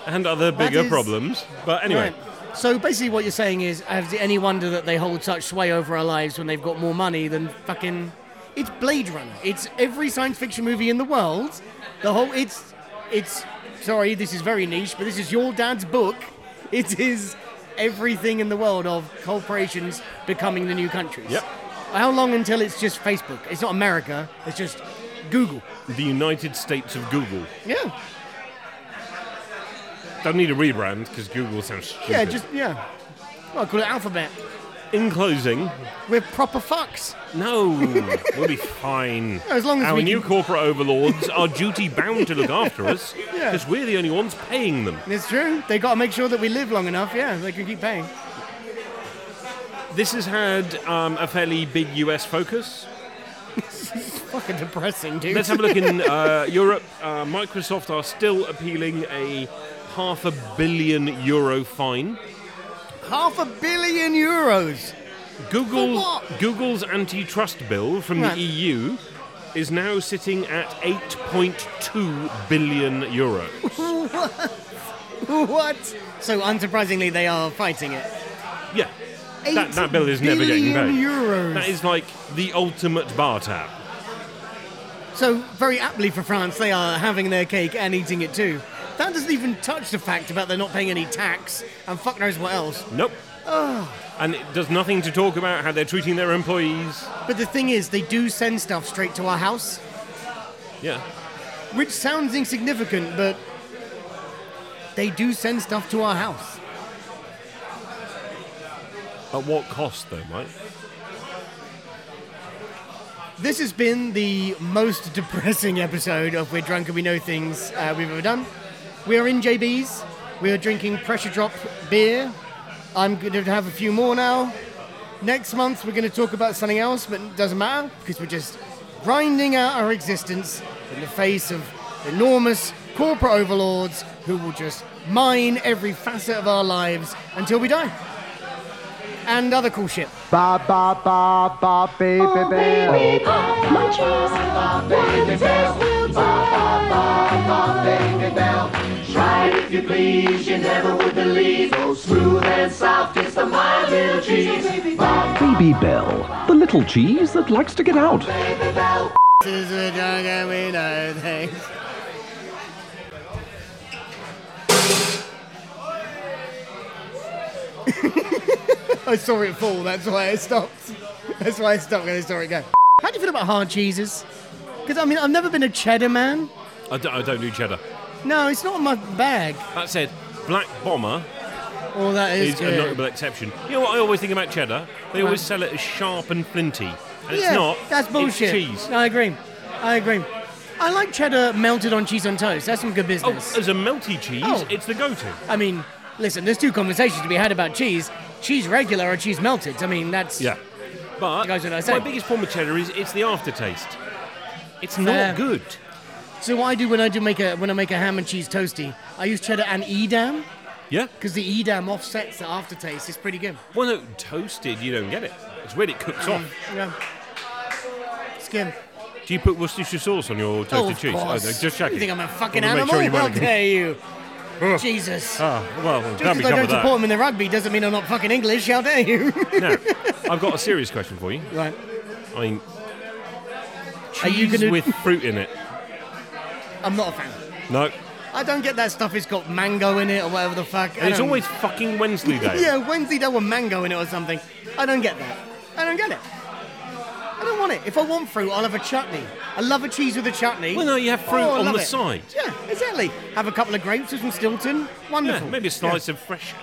And other bigger
is-
problems. But anyway,
Right. So basically, what you're saying is, is it any wonder that they hold such sway over our lives when they've got more money than fucking? It's Blade Runner. It's every science fiction movie in the world. The whole it's it's sorry, this is very niche, but this is your dad's book. It is everything in the world of corporations becoming the new countries.
Yep.
How long until it's just Facebook? It's not America. It's just Google.
The United States of Google.
Yeah.
Don't need a rebrand because Google sounds stupid.
Yeah. Just yeah. Well, call it Alphabet.
in closing.
We're proper fucks.
No, we'll be fine.
As long as
our
we
new
can-
corporate overlords are duty bound to look after us because we're the only ones paying them.
It's true. They got to make sure that we live long enough. Yeah, they can keep paying.
This has had um, a fairly big US focus.
Fucking depressing, dude.
Let's have a look in uh, Europe. Uh, Microsoft are still appealing a half a billion euro fine.
Half a billion euros.
Google,
For what?
Google's antitrust bill from
Right.
the EU is now sitting at 8.2 billion euro.
What? So unsurprisingly, they are fighting it.
Yeah. That,
Eight
that bill is never getting
billion
paid.
euros.
That is like the ultimate bar tab.
So very aptly for France, they are having their cake and eating it too. That doesn't even touch the fact about they're not paying any tax and fuck knows what else.
Nope. And it does nothing to talk about how they're treating their employees.
But the thing is, they do send stuff straight to our house,
Yeah.
which sounds insignificant, but they do send stuff to our house.
At what cost, though, Mike?
This has been the most depressing episode of We're Drunk and We Know Things uh, we've ever done. We are in JB's. We are drinking pressure drop beer. I'm going to have a few more now. Next month, we're going to talk about something else, but it doesn't matter because we're just grinding out our existence in the face of enormous corporate overlords who will just mine every facet of our lives until we die. And other cool shit.
Ba ba ba ba baby
Oh,
bear.
baby, pop my chest. baby, bells will baby, bell. Try it if you please, you never would believe. So smooth and soft, it's the mild little cheese. Pop,
Baby Bell, the little cheese that likes to get out.
baby, bell.
This is a drunk and we know things. I saw it fall, that's why I stopped. That's why I stopped and I saw it go. How do you feel about hard cheeses? Because, I mean, I've never been a cheddar man.
I d- I don't do cheddar.
No, it's not my bag.
That said, Black Bomber
Oh, that is
is a
good.
notable exception. You know what I always think about cheddar? They always sell it as sharp and flinty. And
yeah,
it's not.
That's bullshit.
It's cheese.
No, I agree. I agree. I like cheddar melted on cheese on toast. That's some good
Oh,
business.
as a melty cheese,
Oh.
it's the go-to.
I mean, listen, there's two conversations to be had about cheese. Cheese regular or cheese melted. I mean, that's
Yeah. But
You guys know what I
my
said.
biggest problem with cheddar is it's the aftertaste. It's
Fair.
not good.
So what I do when I do make a when I make a ham and cheese toasty, I use cheddar and edam
Yeah.
because the edam offsets the aftertaste. It's pretty good.
Well, no, toasted, you don't get it. It's weird, it cooks off.
Yeah. Skim.
Do you put Worcestershire sauce on your toasted
oh, of
cheese?
Course.
no, just checking.
You think I'm a fucking
Wanna make
animal?
sure you
How
weren't-
dare you? Jesus.
Ah, well,
Just because
can't be
I
done
don't support
with that.
them in the rugby doesn't mean I'm not fucking English. How dare you?
No, I've got a serious question for you.
right.
I mean,
Are you
cheese
gonna-
with fruit in it?
I'm not a fan.
No,
I don't get that stuff. It's got mango in it or whatever the fuck. I
and it's
don't-
always fucking Wednesday day.
Yeah, Wednesday day with mango in it or something. I don't get that. I don't get it. I don't want it. If I want fruit, I'll have a chutney. I love a cheese with a chutney. Oh,
Well, no, you have fruit
I
on
love
the
it.
side.
Yeah, exactly. Have a couple of grapes with some Stilton.
Yeah,
Wonderful.
maybe a slice of fresh.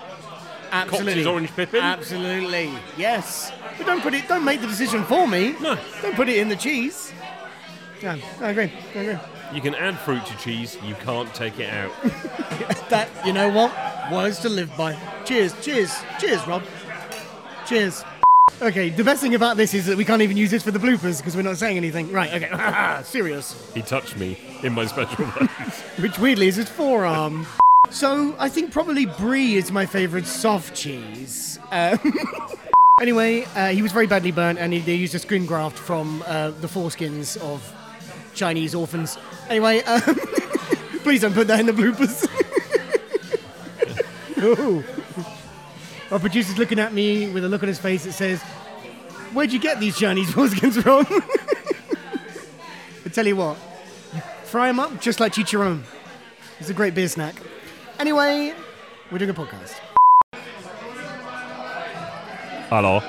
Absolutely.
Cox's orange pippin.
Absolutely. Yes. But don't put it. Don't make the decision for me.
No.
Don't put it in the cheese. No, I agree. I agree.
You can add fruit to cheese. You can't take it out.
That you know what? Words to live by. Cheers, cheers, cheers, Rob. Cheers. Okay, the best thing about this is that we can't even use this for the bloopers because we're not saying anything. Right, okay. Serious.
he touched me in my special way.
Which weirdly is his forearm. So I think probably brie is my favourite soft cheese. Um, anyway, uh, he was very badly burnt and he, they used a skin graft from uh, the foreskins of Chinese orphans. Anyway, um, please don't put that in the bloopers. Ooh. Our producer's looking at me with a look on his face that says, Where'd you get these Chinese foreskins from? I tell you what, fry them up just like chicharron. It's a great beer snack. Anyway, we're doing a podcast.
Hello.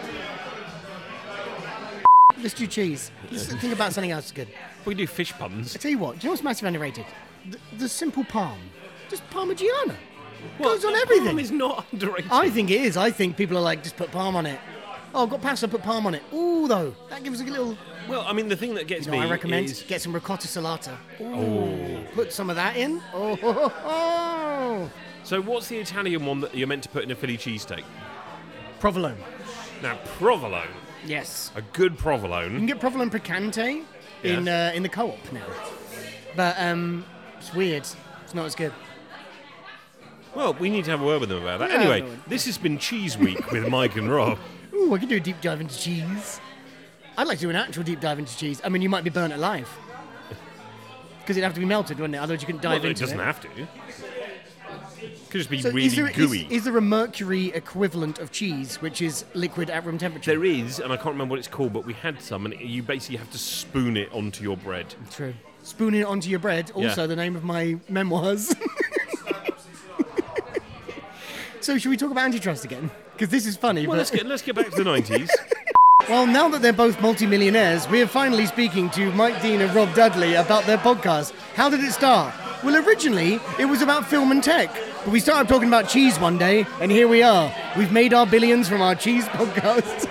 Let's do cheese. Let's think about something else good.
We do fish puns.
I tell you what, do you know what's massive underrated? The, the simple palm. Just Parmigiana. Goes on everything.
Palm is not underrated.
I think it is. I think people are like, just put palm on it. Oh, I've got pasta, put palm on it. Ooh, though, that gives us a little.
well, I mean, the thing that gets
You know,
me
I recommend
is
get some ricotta salata. Ooh, put some of that in. Oh, ho, ho, ho.
so. What's the Italian one that you're meant to put in a Philly cheesesteak?
provolone.
Now, provolone.
Yes,
A good
you
provolone.
can get provolone picante in uh, in the co-op now, but um, it's weird. It's not as good.
Well, we need to have a word with them about that.
Yeah,
anyway,
no.
this has been Cheese Week with Mike and Rob.
Ooh, I could do a deep dive into cheese. I'd like to do an actual deep dive into cheese. I mean, you might be burnt alive. Because it'd have to be melted, wouldn't it? Otherwise, you couldn't dive
Well, it
into
doesn't have to. Could just be
So
really
is, there, is,
gooey.
is there a mercury equivalent of cheese, which is liquid at room temperature?
there is, and I can't remember what it's called, but we had some, and you basically have to spoon it onto your bread.
True. Spooning it onto your bread, also
Yeah.
the name of my memoirs. so, should we talk about antitrust again? Because this is funny.
Well,
but-
let's get let's get back to the nineties.
Well, now that they're both multimillionaires, we're finally speaking to Mike Dean and Rob Dudley about their podcast. How did it start? Well, originally, it was about film and tech. But we started talking about cheese one day, and here we are. We've made our billions from our cheese podcast.